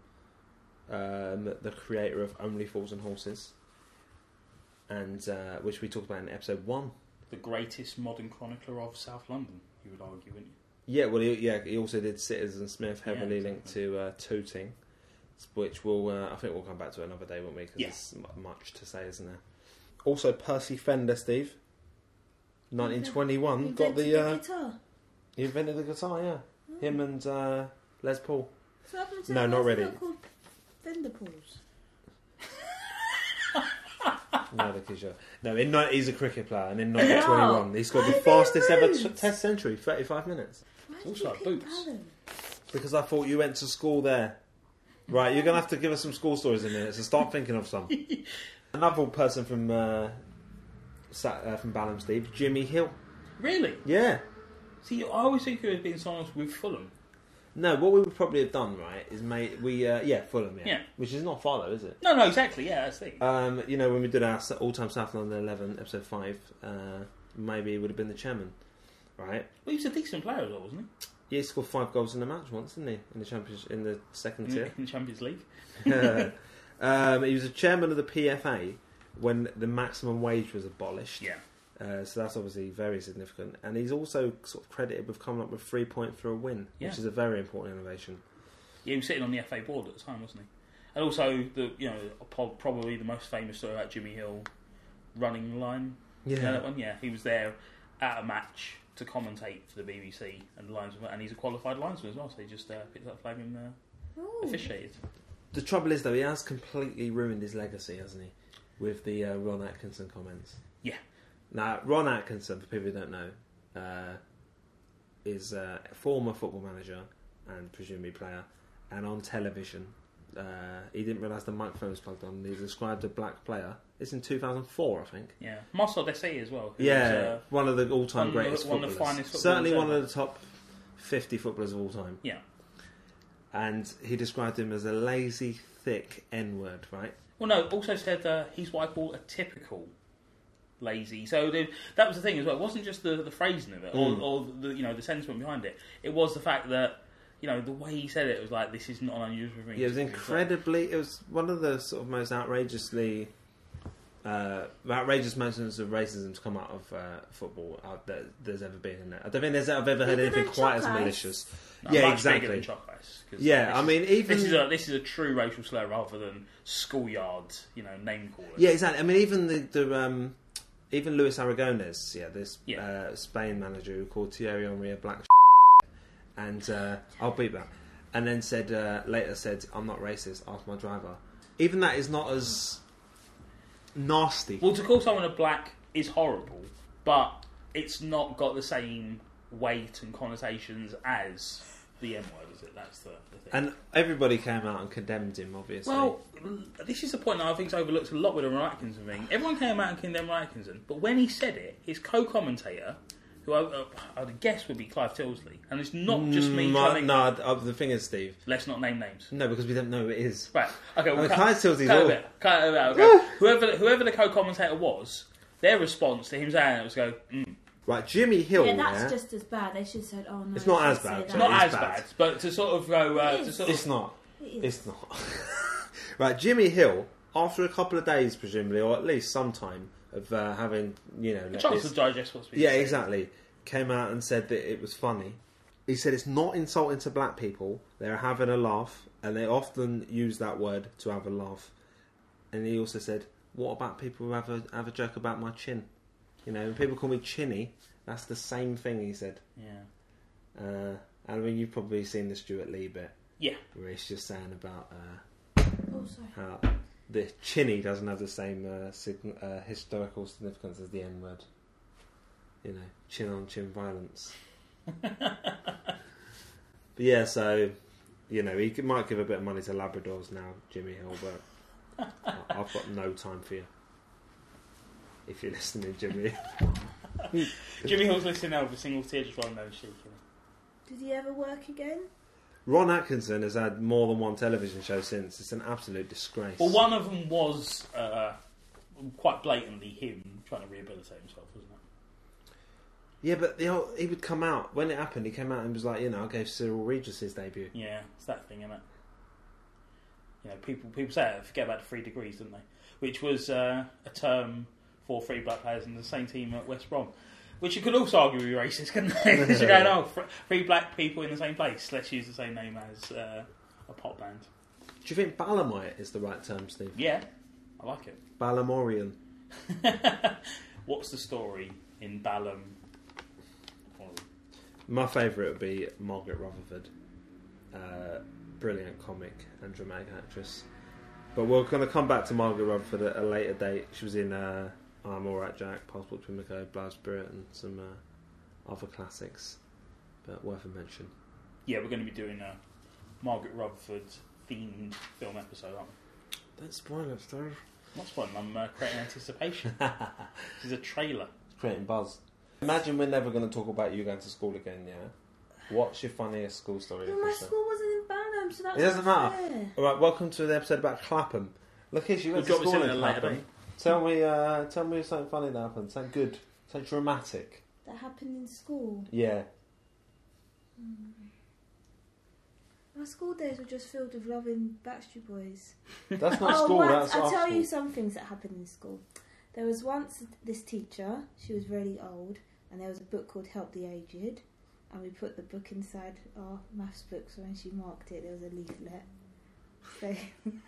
um, the creator of Only Fools and Horses, and uh, which we talked about in episode one. The greatest modern chronicler of South London, you would argue, wouldn't you? Yeah, well, he, yeah, he also did Citizen Smith, Yeah, heavily exactly. linked to uh, Tooting, which we'll, uh, I think we'll come back to another day, won't we? Because Yeah. there's mu- much to say, isn't there? Also, Percy Fender, Steve, 1921, got Invented the, uh, guitar. he invented the guitar, yeah. Him and uh, Les Paul. So what happened to No, that not guy really. called Fender Pauls? No, the Kisha. No, in, ni- he's a cricket player, and in No. 1921, he scored Why the did they fastest ever lose? t- Test century, 35 minutes. Why did Also you our pick boots. Balham? Because I thought you went to school there. Right, you're going to have to give us some school stories in a minute, so start thinking of some. Another person from uh, Sa- uh, from Balham, Steve, Jimmy Hill. Really? Yeah. See, I always think you would have been someone else with Fulham. No, what we would probably have done, right, is made we uh, yeah Fulham, yeah. Yeah. which is not far though, is it? No, no, exactly. Yeah, that's the thing. Um, you know, when we did our s- all-time South London Eleven episode five, uh, maybe he would have been the chairman, right? Well, he was a decent player as well, wasn't Yeah, he scored five goals in a match once, didn't he? In the championship, in the second he? tier. In, in the Champions League. Mm. um, he was a chairman of the PFA when the maximum wage was abolished. Yeah. Uh, so that's obviously very significant. And he's also sort of credited with coming up with three points for a win, Yeah. which is a very important innovation. Yeah, he was sitting on the FA board at the time, wasn't he? And also, the you know, po- probably the most famous story about Jimmy Hill running line. You know that one? Yeah, he was there at a match to commentate for the BBC and linesman, and he's a qualified linesman as well. So he just uh, picked up flag and uh, Ooh. officiated. The trouble is, though, he has completely ruined his legacy, hasn't he? With the uh, Ron Atkinson comments. Yeah. Now, Ron Atkinson, for people who don't know, uh, is uh, a former football manager and presumably player, and on television. Uh, he didn't realise the microphone was plugged on. and He described a black player. It's in 2004, I think. Yeah, Marcel Desailly as well. who Yeah, was, uh, one of the all-time one of the- greatest one of the footballers. finest footballers Certainly one ever. of the top 50 footballers of all time. yeah. And he described him as a lazy, thick N-word, right? Well, no. Also said uh, he's what I call a typical lazy. So the, that was the thing as well. It wasn't just the, the phrasing of it, or, Mm. or the you know the sentiment behind it. It was the fact that you know the way he said it was like this is not unusual for me. Yeah, it was to do." incredibly. It was one of the sort of most outrageously uh, outrageous mentions of racism to come out of uh, football out that there's ever been. In it. I don't think there's I've ever heard Bigger anything than quite as Chalk Ice. malicious. No, yeah, much Bigger exactly. than Chuck Bass, 'cause Yeah, this I is- mean, even This is a this is a true racial slur rather than schoolyard, you know, name calling. yeah, exactly. I mean, even the, the um, even Luis Aragones, yeah, this Yeah. Uh, Spain manager who called Thierry Henry a black, and uh, I'll beat that, and then said uh, later said I'm not racist. Ask my driver. Even that is not as nasty. Well, to call someone a black is horrible, but it's not got the same weight and connotations as the M word, is it? That's the, the thing. And everybody came out and condemned him, obviously. well, this is the point that I think's overlooked a lot with the Ron Atkinson thing. Everyone came out and condemned Ron Atkinson, but when he said it, his co-commentator, who I, uh, I'd guess would be Clive Tilsley, and it's not just me. Mm, trying to- no, uh, the thing is, Steve. Let's not name names. No, because we don't know who it is. Right. Okay. Well, mean, cut- Uh, Clive Tilsley's cut it all- out, cut it out, okay. whoever whoever the co-commentator was, their response to him saying it was go, mm. Right, Jimmy Hill. yeah, that's yeah? just as bad. They should have said, "Oh no." It's not you as should say bad, it's that. so not It is as bad. bad. but to sort of go uh, It to is. sort of It's not. It is. It's not. right, Jimmy Hill. After a couple of days, presumably, or at least some time of uh, having, you know, a let chance this- to digest what's been yeah, said. exactly, came out and said that it was funny. He said it's not insulting to black people. They're having a laugh, and they often use that word to have a laugh. And he also said, "What about people who have a have a joke about my chin? You know, when people call me chinny. That's the same thing." He said, Yeah. uh, And I mean, you've probably seen the Stuart Lee bit. Yeah. Where he's just saying about uh, Oh, sorry. how the chinny doesn't have the same uh, sign uh, historical significance as the N word. You know, chin on chin violence. but yeah, so, you know, he could- might give a bit of money to Labradors now, Jimmy Hill, but I- I've got no time for you. If you're listening, Jimmy. Jimmy Hill's listening now with a single tear just rolling down his cheek. you know. Did he ever work again? Ron Atkinson has had more than one television show since. It's an absolute disgrace. Well, one of them was uh, quite blatantly him trying to rehabilitate himself, wasn't it? Yeah, but the old, he would come out when it happened. He came out and was like, you know, I gave Cyril Regis his debut. Yeah, it's that thing, isn't it? You know, people people say that, forget about the three degrees, didn't they? Which was uh, a term for three black players in the same team at West Brom. Which you could also argue would be racist, couldn't they? 'Cause you're going, oh, fr- three black people in the same place. Let's use the same name as uh, a pop band. Do you think Balamite is the right term, Steve? Yeah, I like it. Balamorian. What's the story in Balham? Well, My favourite would be Margaret Rutherford. Uh, brilliant comic and dramatic actress. But we're going to come back to Margaret Rutherford at a later date. She was in uh, I'm Alright Jack, Passport to Miko, Blood Spirit, and some uh, other classics. But worth a mention. Yeah, we're going to be doing a Margaret Rutherford themed film episode, aren't we? Don't spoil it, Steve. That's fun. I'm uh, creating anticipation. this is a trailer. creating buzz. Imagine we're never going to talk about you going to school again, yeah? What's your funniest school Oh, story? Well, my Lakeisha? school wasn't in Barnum, so that's It doesn't not matter. fair. All right, welcome to the episode about Clapham. Look, you went We'll to drop this school in in at a later Clapham. date. Tell me, uh, tell me something funny that happened. Something good. Something dramatic. That happened in school. Yeah. My school days were just filled with loving Backstreet Boys. That's not school. Oh, what? That's I'll our tell school. you some things that happened in school. There was once this teacher, she was really old, and there was a book called Help the Aged, and we put the book inside our maths book, so when she marked it, there was a leaflet. saying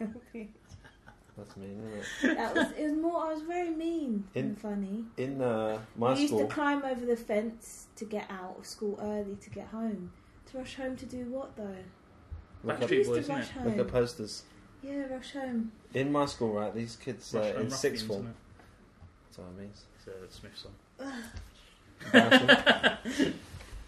That's mean, isn't it? that was it was more I was very mean In- and funny. In uh, my we used school, to climb over the fence to get out of school early to get home. To rush home to do what though? look Backstreet at, we used Boys, to innit? rush look at home. posters. Yeah, rush home. In my school, right, these kids uh, Rush Home in sixth Ruffians, form. isn't it? That's what I mean. It's a Smith song. Embarrassing.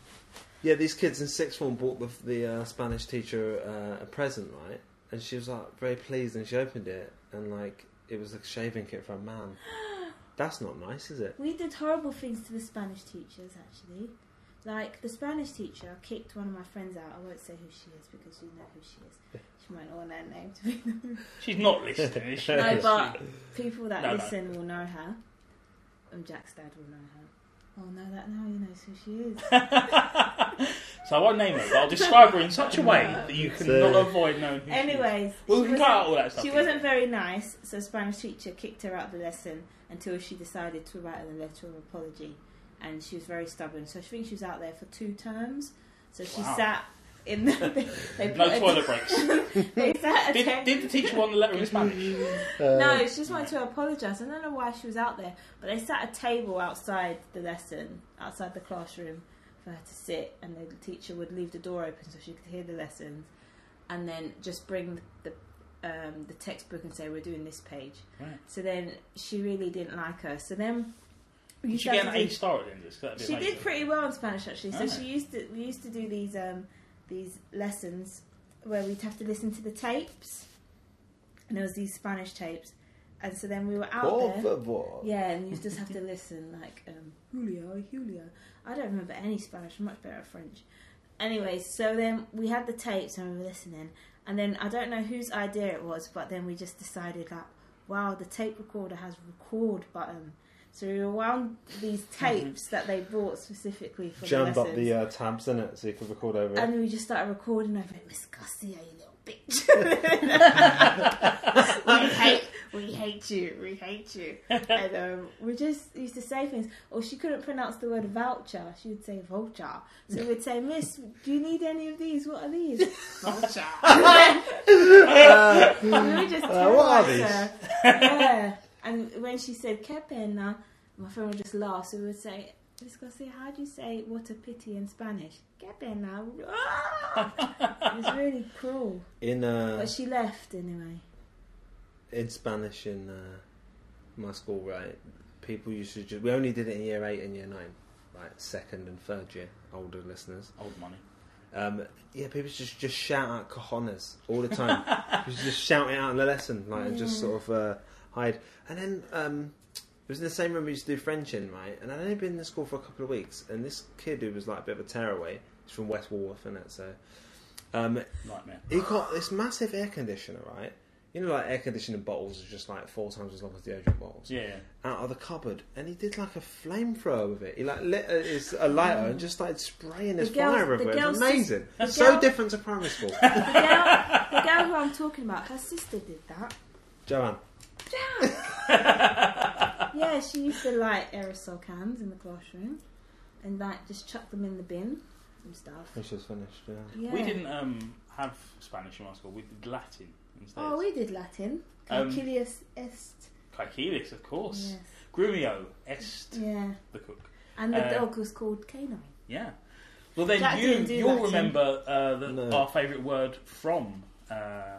yeah, these kids in sixth form bought the, the uh, Spanish teacher uh, a present, right? And she was like very pleased, and she opened it, and like it was a shaving kit for a man. That's not nice, is it? We did horrible things to the Spanish teachers, actually. Like, the Spanish teacher kicked one of my friends out. I won't say who she is because you know who she is. She might not want her name to be known. She's not listening, is she? No, but people that No, no. listen will know her. And Jack's dad will know her. Oh, no, that now he knows who she is. so I won't name her, but I'll describe her in such a way that you can So- not avoid knowing who she is. Anyways, Well, we she can cut wasn't- out all that stuff. She wasn't very nice, so Spanish teacher kicked her out of the lesson until she decided to write a letter of apology. And she was very stubborn, so I think she was out there for two terms. So she Wow. sat in the. They, they put No a- toilet breaks. they sat a did, desk- did the teacher want the letter in Spanish? Uh, no, she just wanted to apologise. I don't know why she was out there, but they sat a table outside the lesson, outside the classroom, for her to sit, and the teacher would leave the door open so she could hear the lessons, and then just bring the um, the textbook and say we're doing this page. Right. So then she really didn't like her. So then we Did used she to get have an to do- A star at the end of this? 'Cause that'd be she amazing. did pretty well in Spanish actually. So Alright. she used to we used to do these um, these lessons where we'd have to listen to the tapes, and there was these Spanish tapes, and so then we were out Por there. favor. Yeah, and you just have to listen like um, Julio, Julio. I don't remember any Spanish. I'm much better at French. Anyway, so then we had the tapes and we were listening, and then I don't know whose idea it was, but then we just decided that wow, the tape recorder has record button. So we rewound these tapes that they bought specifically for Jammed the up lessons, the uh, tabs in it so you could record over it. and we just started recording over it. Miss Garcia, you little bitch. we hate, we hate you, we hate you. And um, we just used to say things. Or she couldn't pronounce the word voucher. She would say vulture. So we would say, Miss, do you need any of these? What are these? vulture. we were just uh, what are terrorised these? her. uh, Yeah. And when she said, que pena, my friend would just laugh. So we would say, Miss Garcia, how do you say what a pity in Spanish? uh, Get there now. Ah! it's really cruel. In uh, But she left anyway. in Spanish in uh, my school, right? People used to just. We only did it in year eight and year nine, like second and third year. Older listeners. Old money. Um, yeah, people just just shout out cojones all the time. just, just shout it out in the lesson, like and just Yeah. sort of uh, hide. And then um, it was in the same room we used to do French in, right? And I'd only been in the school for a couple of weeks, and this kid who was like a bit of a tearaway, he's from West Wharf, and that so. Um, Nightmare. he got this massive air conditioner, right? You know, like air conditioning bottles are just like four times as long as deodorant bottles Yeah. out of the cupboard, and he did like a flamethrower with it. He like lit a, his, a lighter and just started spraying his The girls- fire the everywhere. It was girls' amazing. sis- the so girl- different to primary school. The girl, the girl who I'm talking about, her sister did that. Joanne, Yeah, she used to light aerosol cans in the classroom and like just chuck them in the bin and stuff. which was finished. Yeah. Yeah. We didn't um, have Spanish in my school. We did Latin instead. Oh, we did Latin. Um, Calculus est. Caecilis, of course. Yes. Grumio est Yeah. the cook. And the Uh, dog was called Canine. Yeah. Well, then That you didn't do you'll that, remember uh, the, No. our favourite word from uh,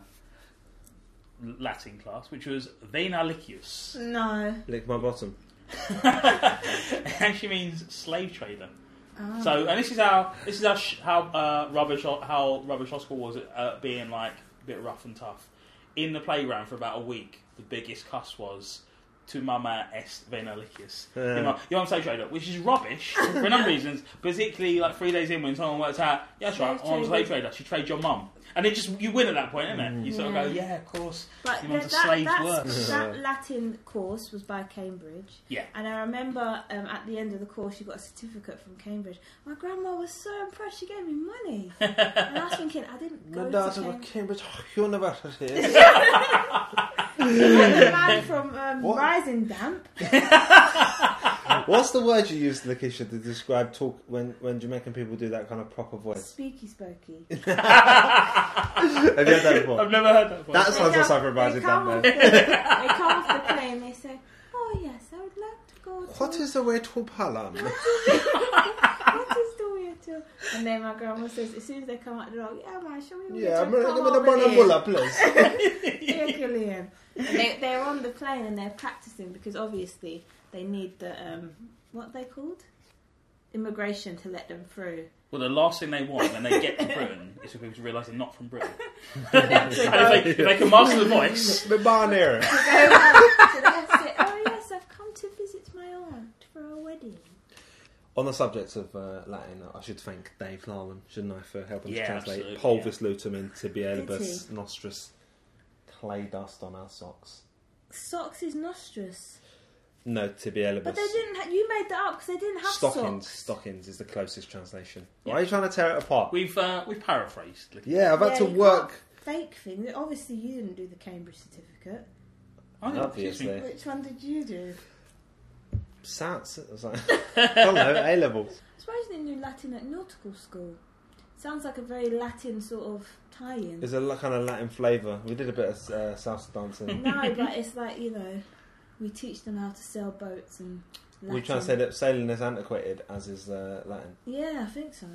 Latin class, which was venalicius. No. Lick my bottom. it actually means slave trader. Oh. So, and this is how this is how sh- how uh, rubbish O- how rubbish Oscar was at uh, being like a bit rough and tough in the playground for about a week. The biggest cuss was to mama est venalicious. Yeah. Your mum- Your mum slave trader, which is rubbish for a number of reasons. Particularly like three days in when someone works out, yeah, that's right, Slave I'm a slave trader. trader. She trades your mum, and it just you win at that point, isn't it? You sort Yeah. of go, yeah, of course. But He the, wants a that, slave's that's, works. that Latin course was by Cambridge. Yeah. And I remember um, at the end of the course, you got a certificate from Cambridge. My grandma was so impressed, she gave me money. and I was thinking, I didn't go My to dad's at Cambridge. Cambridge oh, University. And the man from um, What? Rising Damp. What's the word you use, Lakeisha, to describe talk when, when Jamaican people do that kind of proper voice? Speaky spooky. Have you heard that before? I've never heard that. Before. That They sounds come- like something Rising they come Damp, off the- They come off the plane, they say, Oh, yes, I would like to go to. What is the way to Palam? What is the way to? And then my grandma says, as soon as they come out the door, yeah, man, show me. yeah, I'm going gonna give me the banana please. Herculean. And they, they're on the plane and they're practicing because obviously they need the um, what are they called immigration to let them through. Well, the last thing they want when they get to Britain is for people to realise they're not from Britain. That's a And if, they, if they can master the voice, The banana. So they have to say, oh yes, I've come to visit my aunt for a wedding. On the subject of uh, Latin, I should thank Dave Larman, shouldn't I, for helping Yeah, to translate absolutely, Polvis lutum into Did Bielibus nostris clay dust on our socks. Socks is nostrous, No, tibialibus. but they didn't. Ha- you made that up because they didn't have stockings. socks. Stockings is the closest translation. Yeah. Why are you trying to tear it apart? we've uh, we've paraphrased. Like, yeah, I've had Yeah, to you work. Fake thing. Obviously, you didn't do the Cambridge certificate. I don't know, excuse me. Obviously, Which one did you do? Sats. It was like, hello, A levels. I suppose they knew Latin at nautical school. Sounds like a very Latin sort of tie-in. There's a lo- kind of Latin flavour. We did a bit of uh, salsa dancing. No, but it's like you know, we teach them how to sail boats and. we try and say that sailing is antiquated, as is uh, Latin. Yeah, I think so.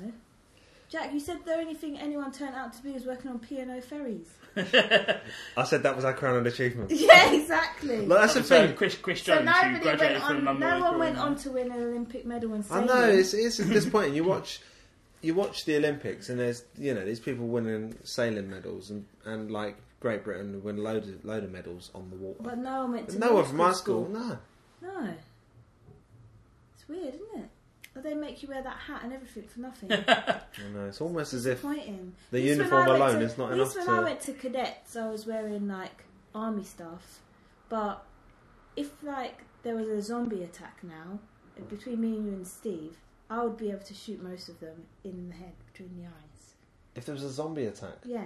Jack, you said the only thing anyone turned out to be was working on P&O ferries. I said that was our crowning achievement. yeah, exactly. Look, that's the So thing. Chris, Chris so Jones, who nobody graduated went from on. London. No School one went in- on to win an Olympic medal in I sailing. know it's it's disappointing. You watch, you watch the Olympics, and there's you know these people winning sailing medals, and, and like Great Britain win load of load of medals on the water. But no one went But to. no one nautical from our school, no. No. It's weird, isn't it? But they make you wear that hat and everything for nothing. I know, it's almost as if Disappointing. the At least when uniform I went alone to- is not at least enough when I to- went to cadets, I was wearing like army stuff. But if like there was a zombie attack now uh, between me and you and Steve, I would be able to shoot most of them in the head between the eyes. if there was a zombie attack. Yeah,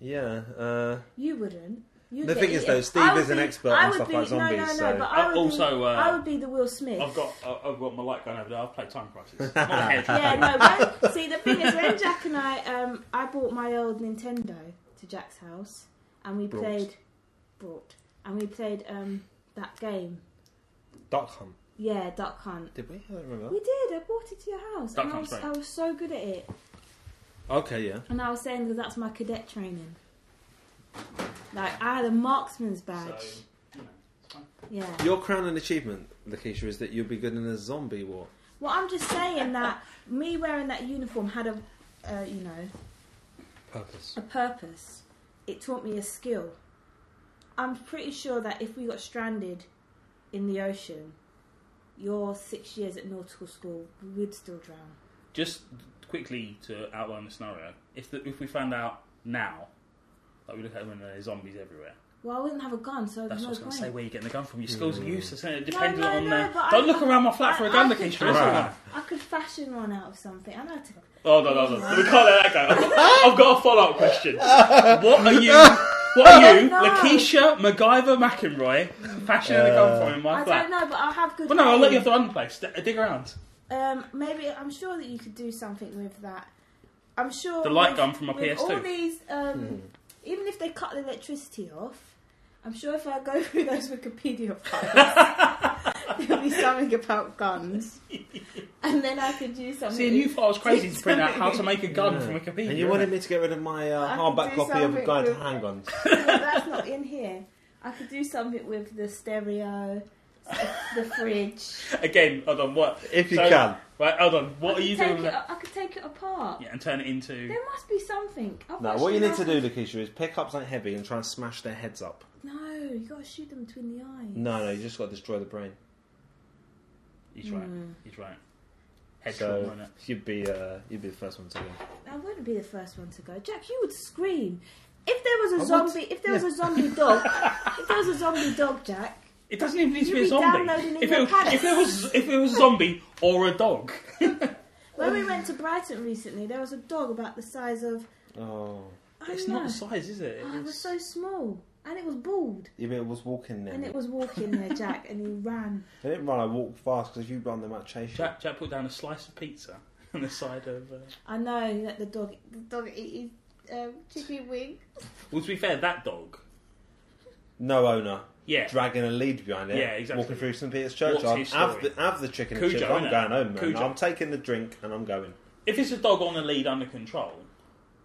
Yeah, uh, you wouldn't. You'd The get thing is, eaten. though, Steve I would is an be- expert I on would stuff be, like No, zombies, no, no. so- But I would Also, be, uh, I would be the Will Smith. I've got I- I've got my light gun over there. I've played Time Crisis. Not ahead. Yeah, no. When, see, the thing is, when Jack and I, um, I bought my old Nintendo to Jack's house, and we Brought. played, brought, and we played um, that game. Duck Hunt. Yeah, duck hunt. Did we? I don't remember. We did. I brought it to your house, Duck and I hunt's was, I great. was so good at it. Okay, yeah. And I was saying that that's my cadet training. Like I had a marksman's badge. So, you know, it's fine. Yeah. Your crowning achievement, Lakeisha, is that you'll be good in a zombie war. Well, I'm just saying that me wearing that uniform had a, uh, you know, Purpose. a purpose. It taught me a skill. I'm pretty sure that if we got stranded in the ocean, your six years at nautical school we would still drown. Just quickly to outline the scenario. If the, if we found out now, like we look at them and there's zombies everywhere. Well, I wouldn't have a gun, so That's what I there's no was going to say. point. Where you getting the gun from? Your skills are Mm. useless. and it depends no, on no, the. but Don't I- look around my flat for a I- gun, I could- Lakeisha. That's all right. I could fashion one out of something. I know how to. Oh no no no! We can't let that go. I've got a follow up question. What are you? What are Oh, you, No. Lakeisha MacGyver McEnroy, fashioning a Uh, gun from in my I flat? don't know, but I'll have good. But no, I'll let you have aim. the run place. D- Dig around. Um, maybe I'm sure that you could do something with that. I'm sure The light with- gun from a with PS2. All these, um, Hmm. Hmm. even if they cut the electricity off, I'm sure if I go through those Wikipedia files, there'll be something about guns, and then I could do something. See, and you thought I was crazy to print out how to make a gun Yeah. from Wikipedia. And you wanted me to get rid of my I uh, could hardback do copy of something Guide to with- Handguns. No, that's not in here. I could do something with the stereo, the fridge. again. Hold on, what? if you So- can. Right, hold on. I What are could you take doing? With It, that? I could take it apart. Yeah, and turn it into. There must be something. I've No, got what you need to shoot do, Lakeisha, is pick up something heavy and try and smash their heads up. No, you gotta shoot them between the eyes. No, no, you just got to destroy the brain. He's right. Mm. He's right. Head So- trauma, innit? You'd be, uh, you'd be the first one to go. I wouldn't be the first one to go. Jack, you would scream. If there was a I would. zombie, if there was a zombie dog, if there was a zombie dog, Jack, It doesn't even need to You'd be a be zombie. downloading in If your it, palace. if it was if it was a zombie or a dog. when we went to Brighton recently, there was a dog about the size of Oh. I It's don't know. not the size, is it? Oh, it was It's- so small, and it was bald, Yeah, but it was walking then. and it was walking there, Jack, and he ran. They didn't run, I walked fast because if you run, they might chase you. Jack, Jack put down a slice of pizza on the side of. Uh... I know that the dog, the dog ate his um, chicken wing. Well, to be fair, that dog. No owner. Yeah. Dragging a lead behind it. Yeah, exactly. Walking through St. Peter's Church. What's I'm, his have, story? the, have the chicken Cujo, and chips. I'm innit? going home, man. Cujo. I'm taking the drink and I'm going. If it's a dog on a lead under control,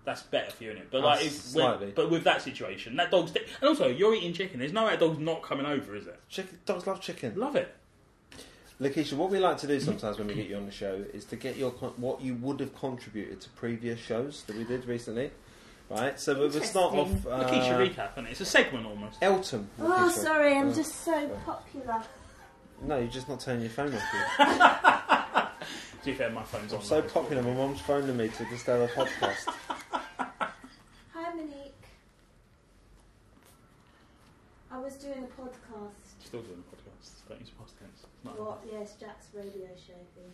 that's better for you, innit? But Oh, like, if, slightly. when, but with that situation, that dog's. di- and also, you're eating chicken. There's no way a dog's not coming over, is it? Chicken, dogs love chicken. Love it. Lakeisha, what we like to do sometimes when we get you on the show is to get your con- what you would have contributed to previous shows that we did recently. Right, so we will start off. Interesting. Uh, Lakeisha recap, and it's a segment almost. Elton. Oh, Lakeisha. sorry, I'm Uh, Oh. just so popular. No, you're just not turning your phone off. you. To be fair, my phone's on. I'm so now. popular. My mum's phoning me to just have a podcast. Hi, Monique. I was doing a podcast. Still doing the podcast. Don't use past tense. It's not- What? Yes, Jack's radio show thing.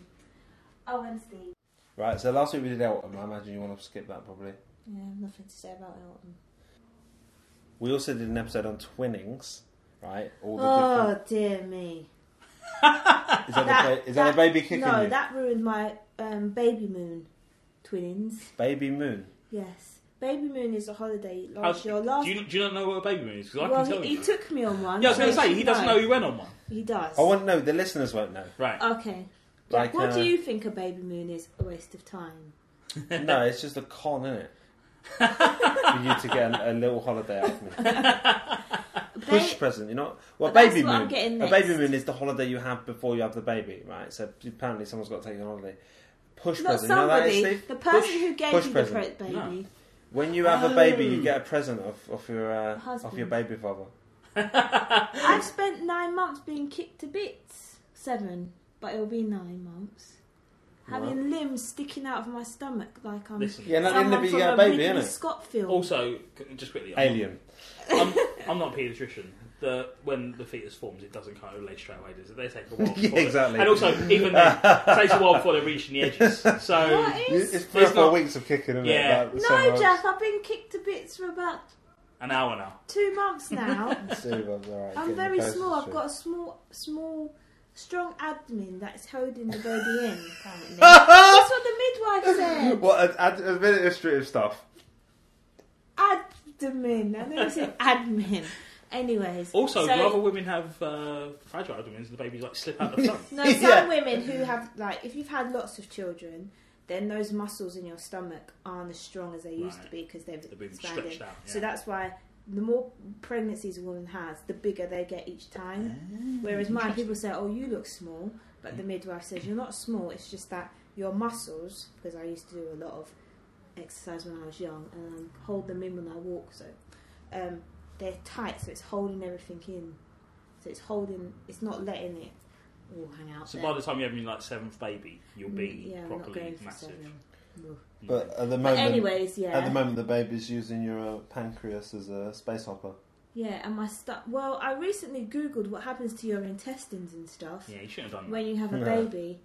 Oh, and Steve. right, so last week we did Elton. I imagine you want to skip that probably. Yeah, nothing to say about Elton. We also did an episode on twinnings, right? All the Oh dear me. different. Is that, a, ba- is that, a baby kicking No, you? that ruined my um, baby moon twins. Baby moon. Yes, baby moon is a holiday last year. Last do, you, do you not know what a baby moon is? 'Cause I well, can tell he, he you. took me on one. yeah, I was going to so say he doesn't no, know he went on one. He does. I want to know. The listeners won't know. Right. Okay. Like, Jack, what uh, do you think a baby moon is? A waste of time. No, it's just a con, isn't it? For you to get a, a little holiday out of me. Push Ba- present, you know. Well, But that's baby what I'm moon. getting A baby next. moon is the holiday you have before you have the baby, right? So apparently someone's got to take a holiday. Push Not present. You know that is, somebody. Steve? the person Push- who gave push you present. the pre- baby. When you have a baby, you Oh. get a present off, off your uh, off Husband. your baby father. I've spent nine months being kicked to bits. Seven, but it'll be nine months. Having limbs sticking out of my stomach like I'm Listen. Yeah, and at the end someone of it, you from get a a baby, Ridley innit? Scott film. Also, c- just quickly. I'm- Alien. I'm, I'm not a paediatrician. The, when the fetus forms, it doesn't kind of relate straight away, does it? They take a while. Yeah, before they- exactly. And also, even then, it takes a while before they reach the edges. So, What is- It's three or It's four not- weeks of kicking, isn't Yeah. it? Like, so no, much. Jeff, I've been kicked to bits for about an hour now. two months now. See, well, all right, I'm getting very the clothes small. I've straight. got a small, small, strong abdomen that's holding the baby in. Apparently, that's what the midwife said. What ad- ad- administrative stuff? Admin. I never said admin. Anyways, Also, so- rather women have uh, fragile abdomens, and the babies like slip out the front. No, some women who have like if you've had lots of children, then those muscles in your stomach aren't as strong as they used to Right. be because they've, They've been expanded. stretched out. Yeah. So that's why the more pregnancies a woman has, the bigger they get each time. Whereas mine, people say, "Oh, you look small," but the midwife says, "You're not small. It's just that your muscles." Because I used to do a lot of exercise when I was young and I hold them in when I walk, so um, they're tight, so it's holding everything in. So it's holding, it's not letting it all hang out. So there. by the time you have your like seventh baby, you'll be Mm, yeah, we're not properly going for massive. seven. Ugh. Mm. But at the But moment, anyways, yeah, at the moment, the baby's using your uh, pancreas as a space hopper. yeah, and my stuff. Well, I recently googled what happens to your intestines and stuff yeah, you shouldn't have done that. when you have a Yeah. baby.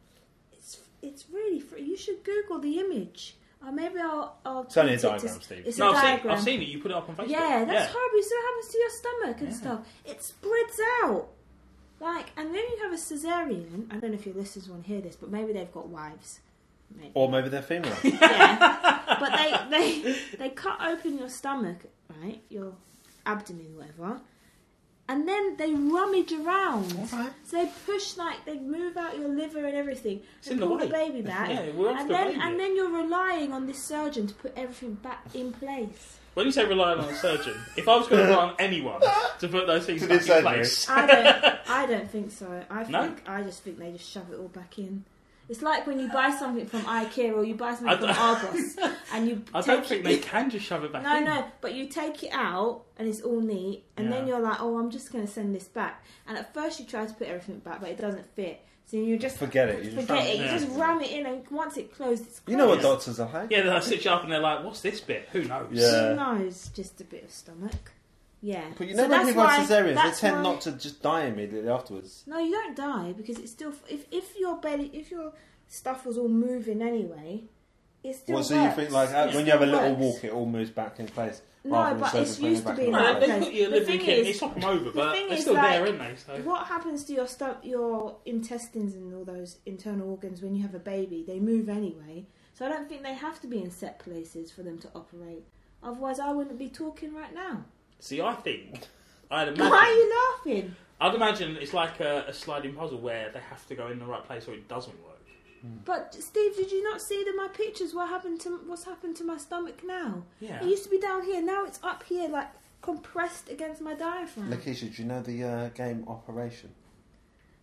It's it's really fr- you should Google the image, or maybe I'll. I'll It's only a tweet it to- diagram, Steve. It's no, a I've seen, diagram. I've seen it. You put it up on Facebook. yeah, that's horrible. You see what happens to your stomach and Yeah. stuff. It spreads out. Like, and when you have a cesarean, I don't know if your listeners want to hear this, but maybe they've got wives. Maybe. Or maybe they're female. yeah. But they, they they cut open your stomach, right? Your abdomen, whatever. And then they rummage around. Alright. So they push like they move out your liver and everything. It's They in the pull way. baby back. Yeah, we're after and the then baby. and then you're relying on this surgeon to put everything back in place. When you say relying on a surgeon, if I was going to rely on anyone to put those things To back do in surgery. place, I don't I don't think so. I think No? I just think they just shove it all back in. It's like when you buy something from IKEA or you buy I something from don't- Argos and you I take don't think they can just shove it back No, in. no, but you take it out and it's all neat, and then Yeah. you're like, oh, I'm just going to send this back. And at first you try to put everything back, but it doesn't fit. So you just Forget it. You just forget it. it. You Yeah. just ram it in, and once it closed, it's closed. You know what Yeah. doctors are like. Yeah, then I stitch it up and they're like, "What's this bit? Who knows?" Yeah. Who knows? Just a bit of stomach. Yeah. But you So know when that's people have why- cesareans, they that's tend why- not to just die immediately afterwards. No, you don't die because it's still. If if your belly, if your stuff was all moving anyway, it's still. Well, so you works. think like uh, It when you have a still little works. walk, it all moves back in place. rather No, than but sort it's of bringing used to back be in like No, place. they Okay. put your The living thing kit and is- they swap them over, the but thing they're is, still like, there, aren't they? So. What happens to your stomach, your intestines, and all those internal organs when you have a baby? They move anyway, so I don't think they have to be in set places for them to operate. Otherwise, I wouldn't be talking right now. See, I think I'd imagine. Why are you laughing? I'd imagine it's like a, a sliding puzzle where they have to go in the right place or it doesn't work. But Steve, did you not see that my pictures? What happened to what's happened to my stomach now? Yeah. It used to be down here, now it's up here, like compressed against my Mm. diaphragm. Lakeisha, do you know the uh, game Operation?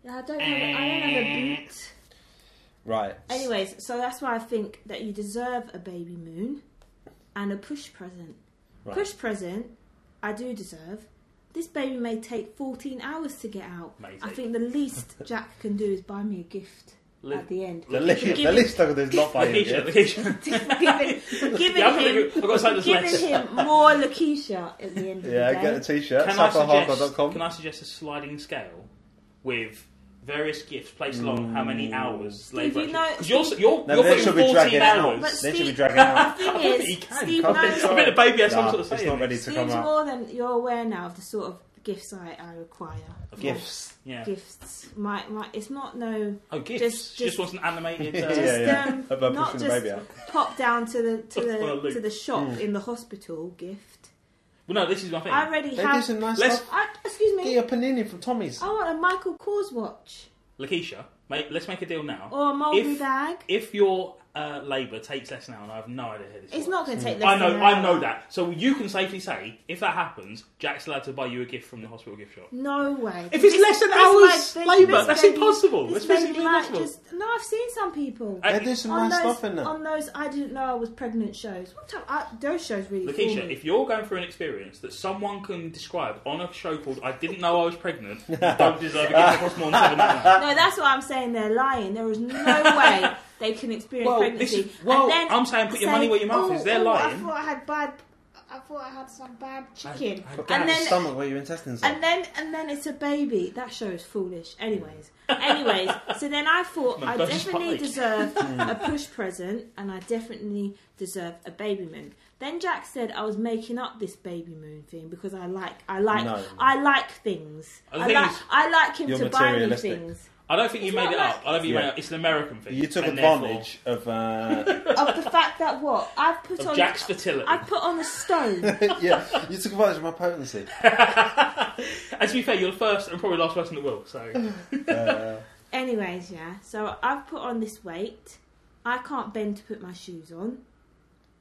Yeah, I don't have, a, I don't have a boot. Right. Anyways, so that's why I think that you deserve a baby moon and a push present. Right. Push present, I do deserve. This baby may take 14 hours to get out. May I take. think the least Jack can do is buy me a gift Li- at the end. The, least, We're the giving- least I could do is not buy you. Lakeisha, yeah? Lakeisha. we're giving, we're giving Yeah, I've got him, to- I've got to say this giving less. him more Lakeisha at the end of Yeah, the day. get a t-shirt. Can I, suggest, cypherharper.com. can I suggest a sliding scale with various gifts placed along how many hours Steve, labour you know- actually- 'cause you're, you're, No, Mm. you're they putting should be 14 dragging hours. out. But They should be Steve- dragging out. The I thing don't think he is, can, Steve can't knows, he? I bet the baby has Nah, some sort of it's say. not in ready this. to come Steve's out. more than you're aware now of the sort of gifts I, I require. Of course. Gifts. Yeah. Gifts. My, my, it's not no Oh, gifts. Just- she just just- wants an animated. Uh, Yeah, just yeah. um, About not pushing the just baby out. Hmm. pop down to the to Well, the Luke. to the shop in the hospital gift. Well, no, this is my thing. I already They do have. Oh, some nice Let's- stuff. I, excuse Get me. your panini from Tommy's. I want a Michael Kors watch Lakeisha, mate, let's make a deal now. or a Mulberry If- bag. If your uh, labour takes less now, and I have no idea how this It's works. not going to take. Less Hmm. I know, than an I hour. know that. So you can safely say, if that happens, Jack's allowed to buy you a gift from the hospital gift shop. No way. If it's less than hours baby- labour, this that's baby- impossible. This That's baby physically might impossible. just- no, I've seen some people. They do some on nice those, stuff in there. on those, I didn't know I was pregnant shows. What time? I, those shows really. fool Lakeisha, me. if you're going through an experience that someone can describe on a show called "I Didn't Know I Was Pregnant," you don't deserve a gift across more than seven hours. No, that's what I'm saying. They're lying. There is no way they can experience Well, this pregnancy. is- well, and then I'm saying put your money where your mouth "Oh, is." They're oh, lying. I thought I had bad. I thought I had some bad chicken. I- I doubt Your and then, stomach where your intestines are. and then, and then it's a baby. That show is foolish. Anyways, anyways. So then I thought My I budget's definitely public. deserve Hmm. a push present, and I definitely deserve a baby moon. Then Jack said I was making up this baby moon thing because I like, I like, No. I like things. The I thing like, is- I like him You're to buy me materialistic. things. I don't think It's you made not it up. like- I don't think you made Yeah. it up. It's an American thing. You took and advantage of. Uh, of the fact that what I've put therefore, on of Jack's fertility. I've put on a stone. yeah, you took advantage of my potency. and to be fair, you're the first and probably last person that will. So Uh, Anyways, yeah. So I've put on this weight. I can't bend to put my shoes on.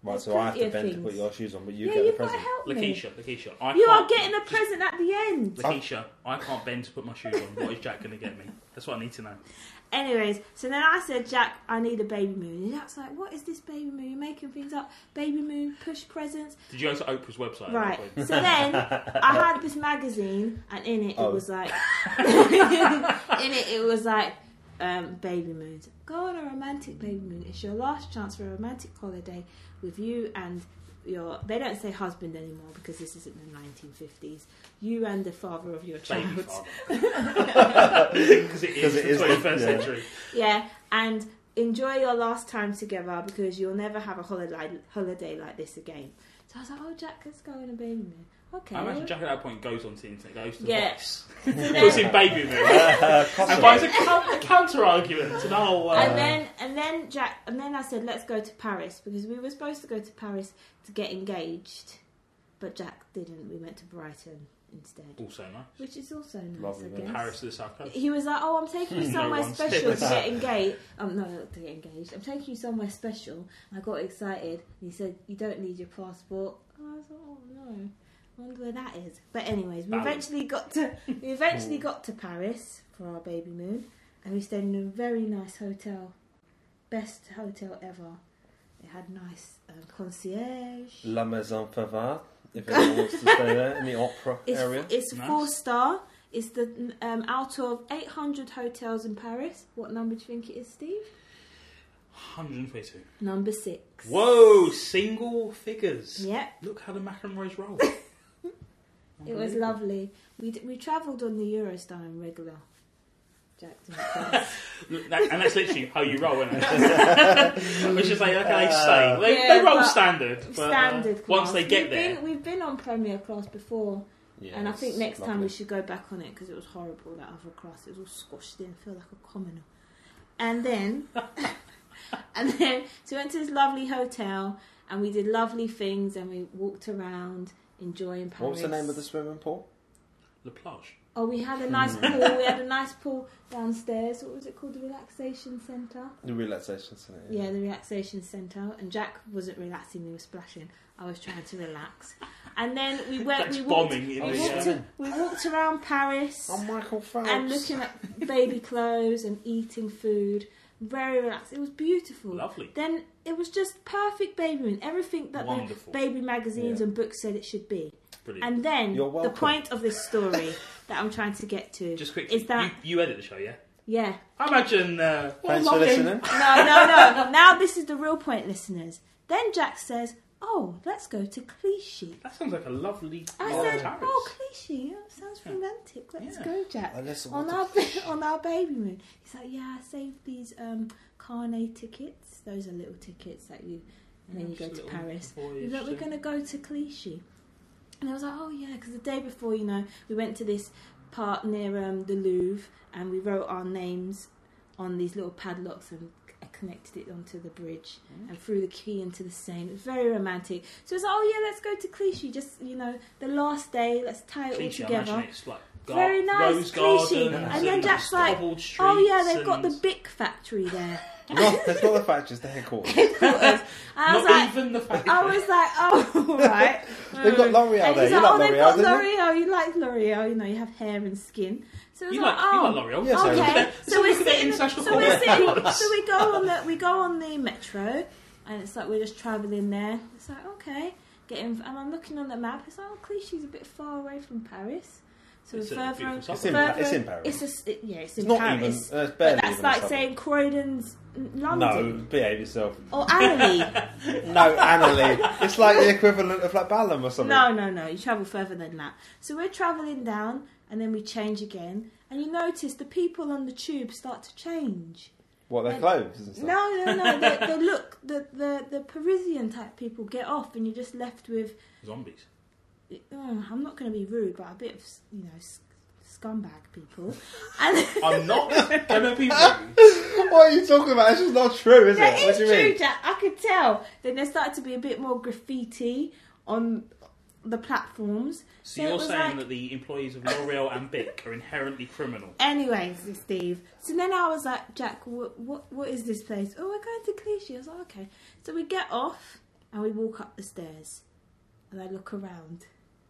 Right, There's so I have plenty to of bend to things. put your shoes on, but you yeah, get the you've got to present. help me. Lakeisha, Lakeisha, I You are can't- getting a present at the end. Lakeisha, I can't bend to put my shoes on. What is Jack going to get me? That's what I need to know. Anyways, so then I said, Jack, I need a baby moon. And Jack's like, What is this baby moon? You're making things up. Baby moon, push presents. Did you go to Oprah's website? at that Right. point? So then I had this magazine, and in it Oh. it was like, in it it was like, um, baby moons. Go on a romantic baby moon. It's your last chance for a romantic holiday with you and your. They don't say husband anymore because this isn't the 1950s. You and the father of your child. Baby father. Because it is it the is the- 21st yeah. century. Yeah, and enjoy your last time together because you'll never have a holiday holiday like this again. So I was like, oh, Jack, let's go on a baby moon. Okay. I imagine Jack at that point goes onto the internet, goes to Yeah. Vox, So then- puts in baby moon, and finds a, coun- a counter argument. And oh, uh, and then and then Jack and then I said let's go to Paris because we were supposed to go to Paris to get engaged, but Jack didn't. We went to Brighton instead, also nice. which is also nice, Lovely, I guess. Paris to the south coast. He was like, "Oh, I'm taking you Hmm. No somewhere one special to says. get engaged." Um, no, not to get engaged. I'm taking you somewhere special. I got excited, and he said, "You don't need your passport." And I was like, "Oh no, I wonder where that is." But anyways, we Bali. eventually got to we Hmm. eventually got to Paris for our baby moon, and we stayed in a very nice hotel, best hotel ever. It had nice um, concierge. La Maison Favard, if anyone wants to stay there, in the opera It's, area. it's Nice. four star. It's the um, out of 800 hotels in Paris. What number do you think it is, Steve? 122. Number six. Whoa, single figures. Yep, Look how the macaroons roll. it was lovely. We d- we travelled on the Eurostar in regular. Jack didn't tell us. Look, that- and that's literally how you roll, isn't it? Which is like, okay, they stay. Uh, They, Yeah, they roll but- standard. But, uh, Standard class. once they get we've there. Been, we've been on Premier class before, Yeah, and I it's think next time we lovely. should go back on it because it was horrible that other class. It was all squashed in, feel like a commoner. And then, and then, so we went to this lovely hotel and we did lovely things and we walked around enjoying Paris. What was the name of the swimming pool? La plage. Oh, we had a nice pool. We had a nice pool downstairs. What was it called? The relaxation centre. The relaxation centre. Yeah, the relaxation centre. And Jack wasn't relaxing; he was splashing. I was trying to relax. And then we went. Jack's We walked, bombing in I we was the. walked, Uh, swimming. we walked around Paris I'm Oh, Michael Phelps. and looking at baby clothes and eating food. Very relaxed. It was beautiful. lovely. Then it was just perfect baby moon. Everything that Wonderful. the baby magazines Yeah. and books said it should be. Brilliant. And then You're the welcome. point of this story that I'm trying to get to Just quickly, is that you, you edit the show, yeah? yeah. I imagine. Uh, what a Thanks for lovely- listening. No, no, no. now this is the real point, listeners. Then Jack says, "Oh, let's go to Clichy." That sounds like a lovely. I lovely said, Paris. "Oh, Clichy. That sounds Yeah. romantic. Let's Yeah. go, Jack." Unless I On want our on our baby moon, he's like, "Yeah, I saved these um, carnet tickets. Those are little tickets that you when you Just go a to little Paris." voyage He's like, we're to- going to go to Clichy. And I was like, oh yeah, because the day before, you know, we went to this park near um, the Louvre and we wrote our names on these little padlocks and c- connected it onto the bridge Mm. and threw the key into the Seine. It was very romantic. So I was like, oh yeah, let's go to Clichy. Just, you know, the last day, let's tie it Clichy, all I imagine together. it's like gar- Very nice, rose Clichy. gardens And then Jack's like, cobbled streets Oh yeah, they've got the and Bic factory there. no, that's not the fact, it's the headquarters. Headquarters. And I was Not like, even the fact. I was like, oh, all right. They've got L'Oreal And there. he's You like, like oh, they've L'Oreal, got didn't L'Oreal. You like L'Oreal, you know, you have hair and skin. So it was you like, like, oh, you like L'Oreal. Yes, I Look at okay. that- So we're look at that sitting. international So we're sitting. correspondence. So we go on the we go on the metro, and it's like we're just travelling there. It's like okay, getting. And I'm looking on the map. It's like oh, Clichy's a bit far away from Paris. So It's a we're further. beautiful It's in, suburb. Pa- it's in Paris. It's a s- it- yeah, it's in It's not Paris. even. Uh, it's barely but that's even like a saying Croydon's suburb. London Oh. No, behave yourself. or Annalee. No, Annalie. It's like the equivalent of like Balham or something. No, no, no. You travel further than that. So we're travelling down, and then we change again. And you notice the people on the tube start to change. What, their clothes and stuff? No, no, no. they, they look. The, the the Parisian type people get off, and you're just left with. Zombies. Oh, I'm not going to be rude, but a bit of you know sc- scumbag people. And I'm not gonna be rude. What are you talking about? It's just not true, is that it? What is do you true, mean? Jack. I could tell. Then there started to be a bit more graffiti on the platforms. So, So it you're was saying like- that the employees of L'Oreal and Bic are inherently criminal? Anyways, Steve. So then I was like, Jack, what what, what is this place? Oh, we're going to Clichy. I was like, okay. So we get off and we walk up the stairs, and I look around,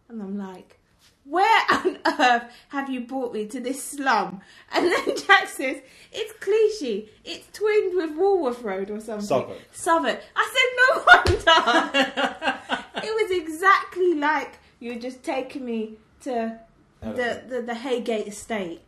and I'm like, where on earth have you brought me to this slum? And then Jack says, it's Clichy. It's twinned with Walworth Road or something. Southwark. Southwark. I said, no wonder. it was exactly like you were just taking me to the, the, the Haygate estate.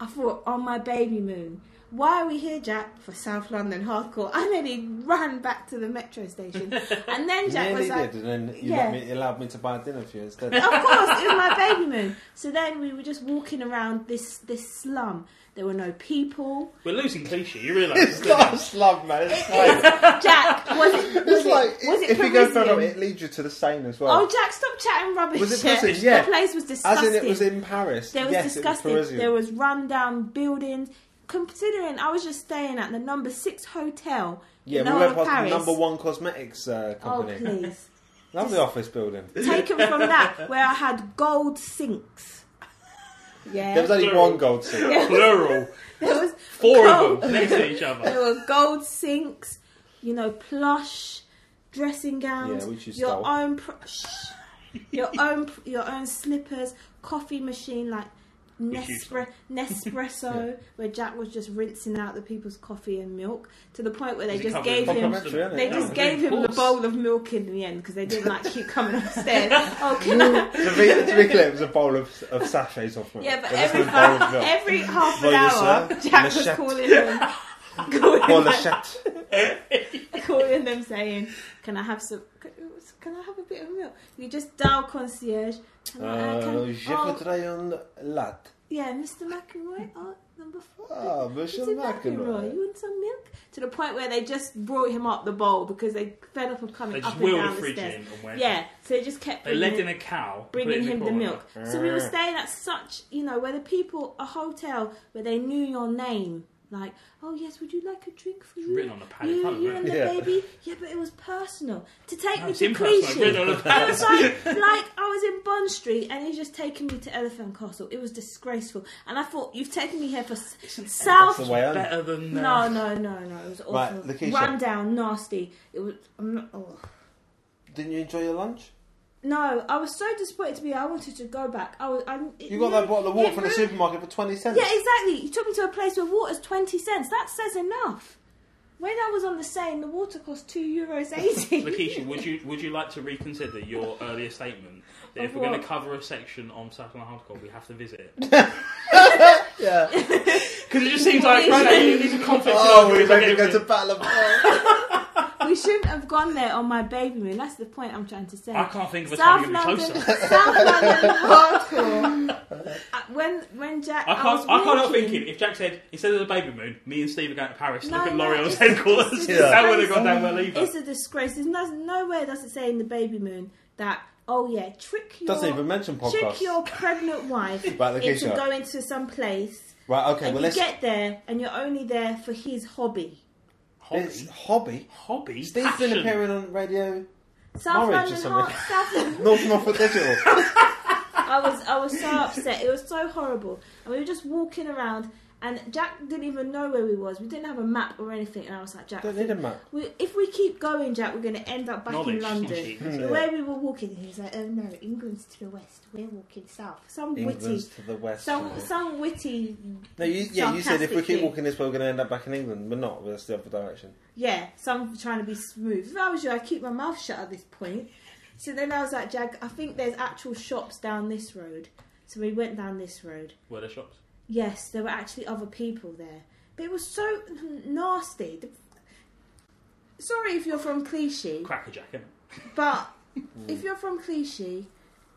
I thought, on my baby moon, why are we here, Jack? For South London hardcore. I nearly ran back to the metro station. And then Jack Nearly was like, did, and then you, yeah. let me, you allowed me to buy dinner for you instead. of course, it was my baby moon. So then we were just walking around this, this slum. There were no people. We're losing cliche, you realise? it's not a slum, man. It's like, Jack, was it, was it's it, like was it if you go Parisian? further, it leads you to the Seine as well. Oh, Jack, stop chatting rubbish. Was it Jack. Parisian? Yeah. The place was As disgusting. in, it was in Paris. There was yes, It was disgusting. Parisian. There was rundown buildings. Considering I was just staying at the number six hotel yeah, in we the went heart of past Paris. the number one cosmetics uh, oh company. please, Love the office building. taken from that where I had gold sinks. Yeah, There was only Plural. one gold seat. Plural. there was Four gold- of them next to each other. There were gold sinks, you know, plush dressing gowns, Yeah, which you your stole. own, pr- shh, your own, pr- your own slippers, coffee machine like Which you Nespre- Nespresso, where Jack was just rinsing out the people's coffee and milk to the point where they Is it just covered in gave him. Complimentary, isn't it? They Yeah. just of gave him the course. bowl of milk in the end because they didn't like keep coming upstairs. Oh, can I? to, be, to be clear, it was a bowl of, of sachets of milk. Yeah, but It wasn't every a bowl of milk. every half an Voyeur, hour, sir. Jack was Lachette. calling him, Or calling, the them, chat. calling them, saying, "Can I have some? Can, can I have a bit of milk?" You just dial concierge. Can I, uh, Uh, can, je oh, voudrais un latte. yeah, Mr. McElroy, oh, number four. Ah, Monsieur Mr. McElroy, McEnroy. you want some milk? To the point where they just brought him up the bowl because they fed up of coming They up just and wheeled the down the fridge in stairs. and went. Yeah, so they just kept They bringing led him- in a cow, put it bringing him the corner. milk. So we were staying at such, you know, where the people, a hotel where they knew your name. Like, oh yes, would you like a drink for you? written on the pad in You, front of you it. and the Yeah. Mm, baby. Yeah, but it was personal. To take No, me it's to impersonal, I've written Clichy. on a It pad. was like, like I was in Bond Street and he's just taking me to Elephant Castle. It was disgraceful. And I thought, you've taken me here for s- South. That's the way home. Better than. No, Uh, no, no, no. It was Right, awful. Lakeisha. Run down, nasty. It was. I'm not, oh. Didn't you enjoy your lunch? No, I was so disappointed to be. I wanted to go back. I was. I, it You got really- that bottle of water it from the really- supermarket for 20 cents. Yeah, exactly. You took me to a place where water's 20 cents. That says enough. When I was on the Seine, the water cost 2 euros 80. Lakeisha, would you would you like to reconsider your earlier statement that if Of we're going what? to cover a section on Saturday Night Hardcore, we have to visit? Yeah. Because it just seems like What right, these are conflicts. Oh, we're going to go to Battle of we shouldn't have gone there on my baby moon. That's the point I'm trying to say. I can't think of a time South you've been London, closer. South London hardcore. Uh, when when Jack, I was can't. I can't help walking- thinking if Jack said instead of the baby moon, me and Steve are going to Paris to No, look at no, L'Oreal's it's- headquarters. it's a That would have gone disgrace. down well either. It's a disgrace. There's no, nowhere does it say in the baby moon that oh yeah, trick your Doesn't even mention trick podcasts. your pregnant wife Right, Lakeisha. into going to some place Right, okay, and well, you let's. get there and you're only there for his hobby. It's hobby. Hobby, hobby. Steve's been Passion. appearing on radio South Norwich or London something. Heart, South London. North Norfolk Digital. I was I was so upset. It was so horrible. And we were just walking around and Jack didn't even know where we was. We didn't have a map or anything and I was like, Jack, Don't need a map. we, if we keep going, Jack, we're going to end up back Knowledge, in not London. cheap. The way we were walking, he was like, "Oh no, England's to the west. We're walking south." Some England's witty, to the west. some some witty. no, you, yeah, you said if we keep sarcastic thing. walking this way, we're going to end up back in England. We're not. That's the other direction. Yeah, some trying to be smooth. If I was you, I'd keep my mouth shut at this point. So then I was like, "Jag, I think there's actual shops down this road." So we went down this road. Were there shops? Yes, there were actually other people there, but it was so nasty. The- Sorry if you're from Clichy. Crackerjack. innit? But if you're from Clichy,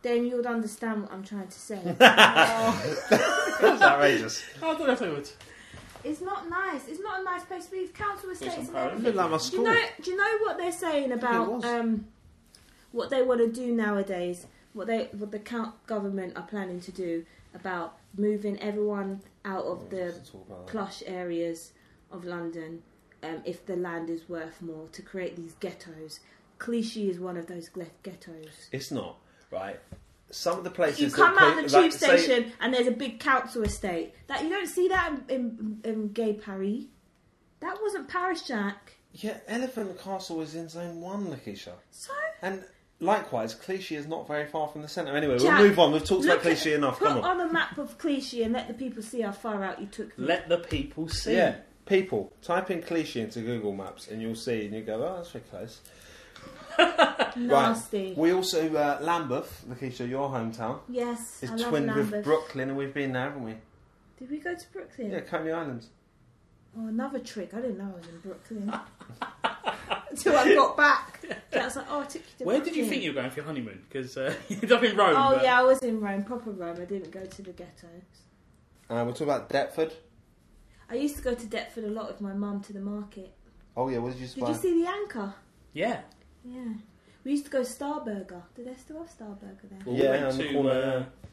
then you'll understand what I'm trying to say. That's outrageous. Oh, I don't know if they would. it's not nice. It's not a nice place to be. Council estates. some and power. A everything. bit like my Do you school. know? Do you know what they're saying about was. um, what they want to do nowadays? What they, what the coun government are planning to do about moving everyone out of the Let's talk about that. plush areas of London um, if the land is worth more to create these ghettos. Clichy is one of those glet- ghettos. It's not. right? Some of the places You that come out put- of the like, tube say- station and there's a big council estate. That you don't see that in, in, in Gay Paris. That wasn't Paris, Jack. yeah, Elephant Castle is in Zone One, Lakeisha, So and likewise, Clichy is not very far from the centre. Anyway, Jack, we'll move on. We've talked about look at- Clichy enough. put Come on. on a map of Clichy and let the people see how far out you took them. Let the people see. Yeah, people type in Clichy into Google Maps, and you'll see, and you go, "Oh, that's very close." Nasty. We also So, uh, Lambeth, Lakeisha, your hometown, Yes, is I love twinned Lambeth. with Brooklyn, and we've been there, haven't we? Did we go to Brooklyn? Yeah, Coney Island. Oh, another trick. I didn't know I was in Brooklyn until I got back. I was like, oh, I took you to Where did you Brooklyn. think you were going for your honeymoon? Because uh, you ended up in Rome. Oh but- yeah, I was in Rome, proper Rome. I didn't go to the ghettos. uh, we'll talk about Deptford. I used to go to Deptford a lot with my mum to the market. Oh yeah, what did you Did spy? you see the anchor? Yeah. Yeah. We used to go to Starburger. Do they still have Starburger there? Well, Yeah, we went on the to, corner, uh,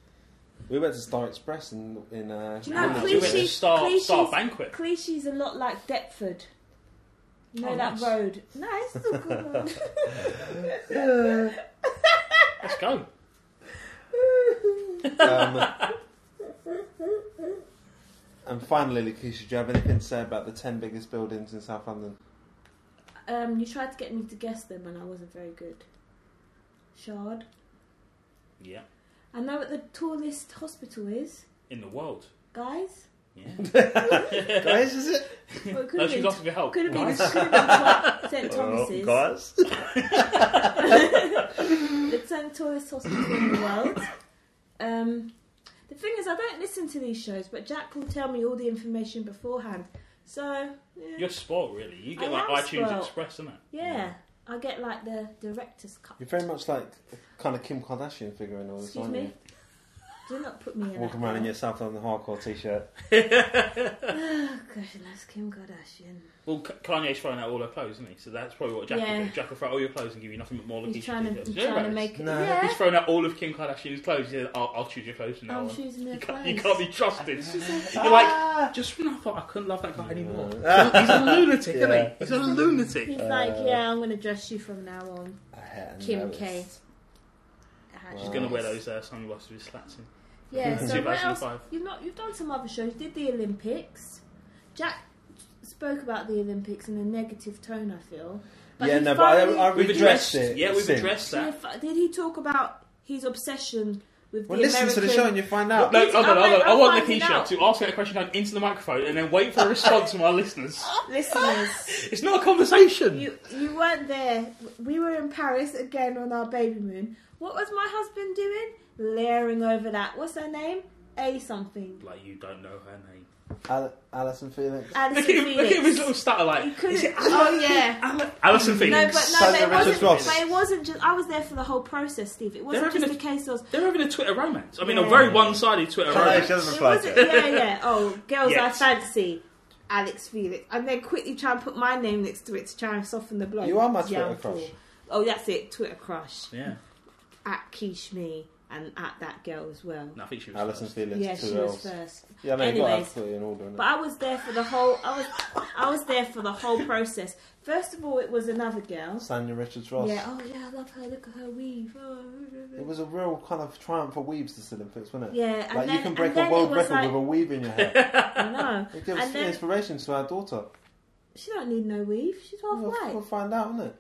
We went to Star Express in in. Uh, Do you know no, we went to Clichy? Star, Star Clichy's, Banquet. Clichy's a lot like Deptford. You know Oh, that nice. road? No, it's a good one. Let's go. um, and finally, Lakeisha, do you have anything to say about the ten biggest buildings in South London? um, you tried to get me to guess them, and I wasn't very good. Shard. Yeah. I know what the tallest hospital is, In the world. guys. Yeah. guys, is it? Well, it could no, have she been was asking for help. Could have been, Guys. could have been Twi- St Thomas's. guys. the tenth tallest hospital in the world. Um, the thing is, I don't listen to these shows, but Jack will tell me all the information beforehand. So yeah, You're spoiled, really. You get I like am iTunes spoiled. Express, isn't it? yeah, I get like the director's cut. You're very much like a kind of Kim Kardashian figure in all this, Excuse aren't me. Do not put me in. you? Walking that around in car. your South London hardcore t-shirt. Oh gosh, that's Kim Kardashian. Well, K- Kanye's throwing out all her clothes, isn't he? So that's probably what Jack will Yeah. do. Jack will throw out all your clothes and give you nothing but more He's Lakeisha trying to, details. he's Yeah, trying to right. make it. No. Yeah, He's thrown out all of Kim Kardashian's clothes. He said, I'll, I'll choose your clothes from now I'm on. choosing You their can't, clothes. you can't be trusted. She's You're Ah. like, just when I thought I couldn't love that guy anymore. He's a lunatic, isn't he? He's a lunatic. He's Uh, like, yeah, I'm gonna dress you from now on, I had Kim noticed. K. She's going to wear those uh, sunglasses with slats in. Yeah, so what else? 2005. You've not you've done some other shows. You did the Olympics. Jack spoke about the Olympics in a negative tone. I feel. yeah, he no, but I, finally- I We've redressed addressed it. Yeah, we've since. addressed Yeah, that. fi- did he talk about his obsession with Well, the listen American? to the show and you find out. No, hold on, I'll- hold on. I I'll want find it Lakeisha out. to ask that question down into the microphone and then wait for a response from our listeners. Listeners, It's not a conversation. you you weren't there. We were in Paris again on our baby moon. What was my husband doing? Layering over that. What's her name? A something. Like, you don't know her name. Al- Alison Felix. Alison Look at, him, look at him, Felix. his little stutter, You like, couldn't. is it oh yeah. Alison No, Felix? but no, Sally but it, Richards wasn't, Ross. but it wasn't just. I was there for the whole process, Steve. It wasn't They're just having a case of. They're having a Twitter romance. I mean, a Yeah. very one-sided Twitter Hello, romance. she hasn't It replied wasn't, to it. yeah, yeah. Oh, girls, I Yet. fancy Alex Felix, and then quickly try and put my name next to it to try and soften the blow. You are my Twitter Yeah, I'm crush. cool. Oh, that's it, Twitter crush Yeah, at Keish me and at that girl as well. no, I think she was. Alison first. Felix. yeah, two she L's. was first. Yeah, I mean, you've got to have Anyways. to put it in order. innit? But I was there for the whole. I was, I was there for the whole process. First of all, it was another girl. Sanya Richards Ross. Yeah. Oh yeah, I love her. Look at her weave. Oh. It was a real kind of triumph for weaves this Olympics, wasn't it? Yeah, and like then, you can break and then a world it was record like, with a weave in your hair. I know. It gives And then- inspiration to our daughter. She don't need no weave. She's half We'll, we'll white. find out, isn't it?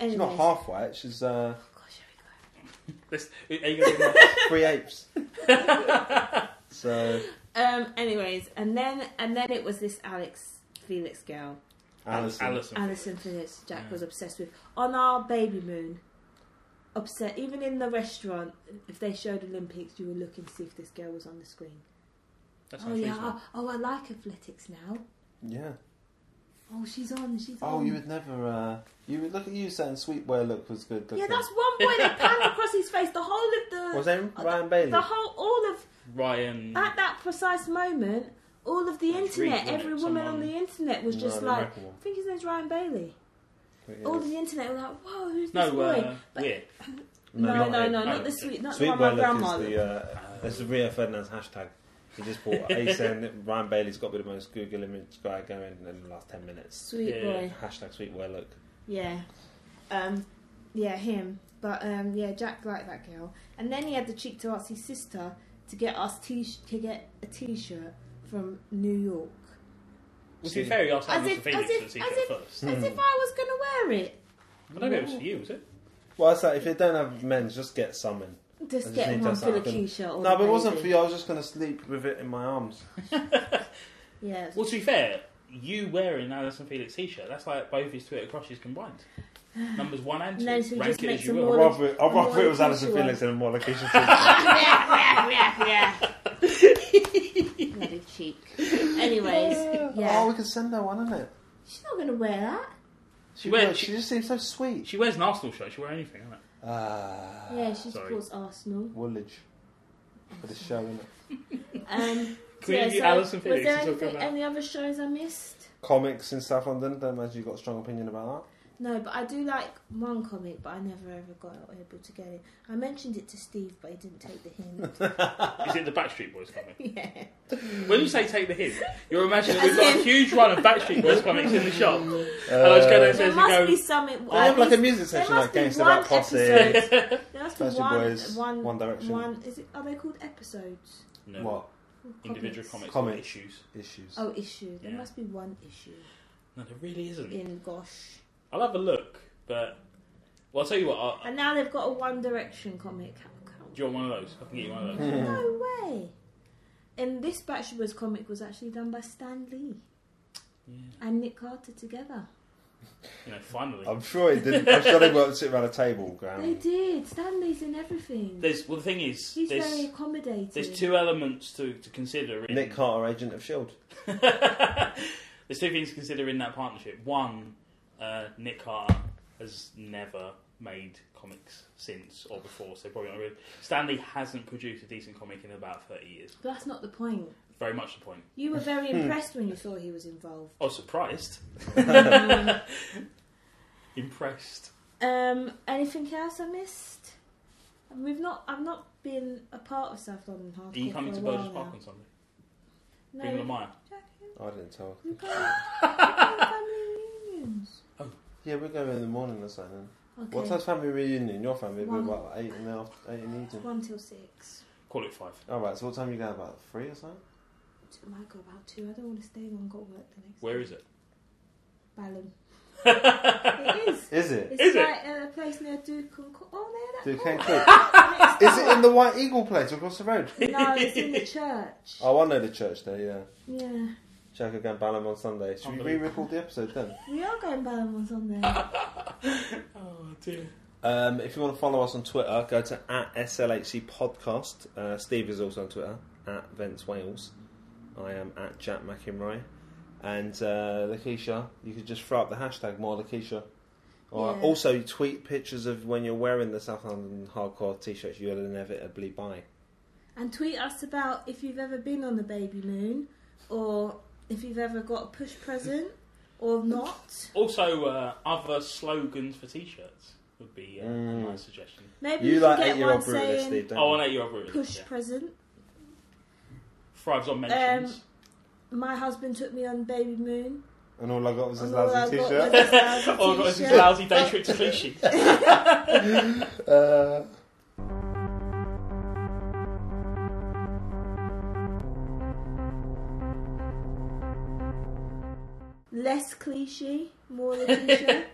Anyways. She's not half white. She's uh, Gosh, here This- are you gonna give her- three eighths. so we go. Um. Anyways, and then and then it was this Alex Felix girl, Alison, Alison. Alison Felix. Jack Yeah. was obsessed with on our baby moon. Upset. Even in the restaurant, if they showed Olympics, you were looking to see if this girl was on the screen. That's oh not yeah. reasonable. Oh, oh, I like athletics now. yeah. Oh, she's on. She's Oh, on. you would never. Uh, you would look at you saying sweet boy look was good. Looking. Yeah, that's one boy that panned across his face. The whole of the was that Ryan Bailey. the whole all of Ryan. at that precise moment, all of the That's internet, really every good. woman on Someone- the internet was No, just the like, oh, record one. I think his name's Ryan Bailey. It All is. of the internet were like, whoa, who's this No, boy? uh, But- yeah. no, not no, no, him. not No. the sweet, not Sweet the boy one my look grandma. is the. Uh, that's Rio Ferdinand's hashtag. He just bought. He's saying that Ryan Bailey's got to be the most Google image guy going in the last ten minutes. Sweet Yeah. boy, Hashtag sweet boy look. yeah. Um, Yeah, him. But um, yeah, Jack liked that girl, and then he had the cheek to ask his sister to get us t- to get a T-shirt from New York. Well, to be fair, he asked how As much if- the Phoenix as if- was as secret if- first. As if I was gonna wear it. But maybe it was for you, was it? Well, it's like if they don't have men's, just get some in. Just just get need one to for the happen. Q-shirt. or No, the but it wasn't baby. for you. I was just going to sleep with it in my arms. Yeah. it's- Well, to be fair, you wearing an Alison Felix t-shirt, that's like both his Twitter crushes combined. Numbers one and two. No, so you Rank just it make as some you will. I'd Well, rather it, I'd rather it was well, Alison sure. Felix than more location. Too. yeah, yeah, yeah, yeah. Bloody cheek. Anyways, Oh, yeah. we could send her one, isn't it? She's not gonna wear that. She would. wears, she she, just seems so sweet. she wears an Arsenal shirt. She wear anything, isn't it? Ah, Yeah, she sorry. supports Arsenal. Woolwich for the show, innit? Um, Can we yeah, review so Alison was Felix there and talk anything, about- any other shows I missed? Comics in South London. Don't imagine you've got a strong opinion about No, but I do like one comic, but I never ever got able to get it. I mentioned it to Steve, but he didn't take the hint. Is it the Backstreet Boys comic? yeah. When you say take the hint, you're imagining we've got a huge run of Backstreet Boys comics in the shop. that. and I was going There downstairs must and be go, some. They have like a music section like must be Gangsta one Rap Posse, episode. there must be Backstreet one, Boys, one, One Direction. one- Is it? Are they called episodes? no, What individual Comics. comics, Comics. or issues. issues? Oh, issue. There Yeah. must be one issue No, there really isn't. in Gosh. I'll have a look, but well, I'll tell you what. I'll, And now they've got a One Direction comic. do you want one of those? I can get you one of those. No way. And this Backstreet Boys comic was actually done by Stan Lee Yeah. and Nick Carter together. You know, finally. I'm sure he didn't. I'm sure they weren't sitting around a table, Graham. They did. Stan Lee's in everything. There's well, the thing is, He's there's very accommodating. there's two elements to, to consider. In, Nick Carter, agent of Shield. there's two things to consider in that partnership. One, uh, Nick Carter has never made comics since or before, so probably not really. Stanley hasn't produced a decent comic in about 30 years. But that's not the point. Very much the point. You were Hmm. very impressed when you saw he was involved. Oh, surprised. Impressed. Um, anything else I missed? And We've not. I've not been a part of South London hardcore Are you coming for to a while Burgess Park now. on Sunday? No, Bring Lamar. I didn't tell. we're going- we're going to family reunions. Yeah, we're going in the morning or something. Okay. What time's family reunion? Your family? We're One. about eight in the after, eight in the evening. One till six. Call it five. All right. So what time you going? About three or something? Two- I might go about two. I don't want to stay long. I've Got work the next. Where is it? Ballon. it is. Is it? It's Is it? like uh, a place near Duke and Co- Oh, no, Do that you can court. Is it in the White Eagle place across the road? No, it's in the church. Oh, I know the church there. Yeah. Yeah. Check again, Balham on Sunday. Should we re-record the episode then? We are going Ballon on Sunday. Oh dear. Um, if you want to follow us on Twitter, go to at SLHC Podcast. Uh, Steve is also on Twitter at Vents Wales. I am at Jack McInroy. And uh, Lakeisha, you could just throw up the hashtag more Lakeisha. Or Yeah. also you tweet pictures of when you're wearing the South London hardcore t-shirts you'll inevitably buy. And tweet us about if you've ever been on the baby moon or if you've ever got a push present or not. Also, uh, other slogans for t-shirts would be uh, Mm. a nice suggestion. Maybe you we like can get eight-year-old one brutalist, saying Steve, don't Oh, you? an eight-year-old really. push yeah. present. Thrives on mentions. Um, My husband took me on baby moon. And all I got was this And all I lousy got t-shirt. was this lousy oh, God, this is t-shirt. lousy day trip to Clichy. Uh, Less cliche, more the t-shirt.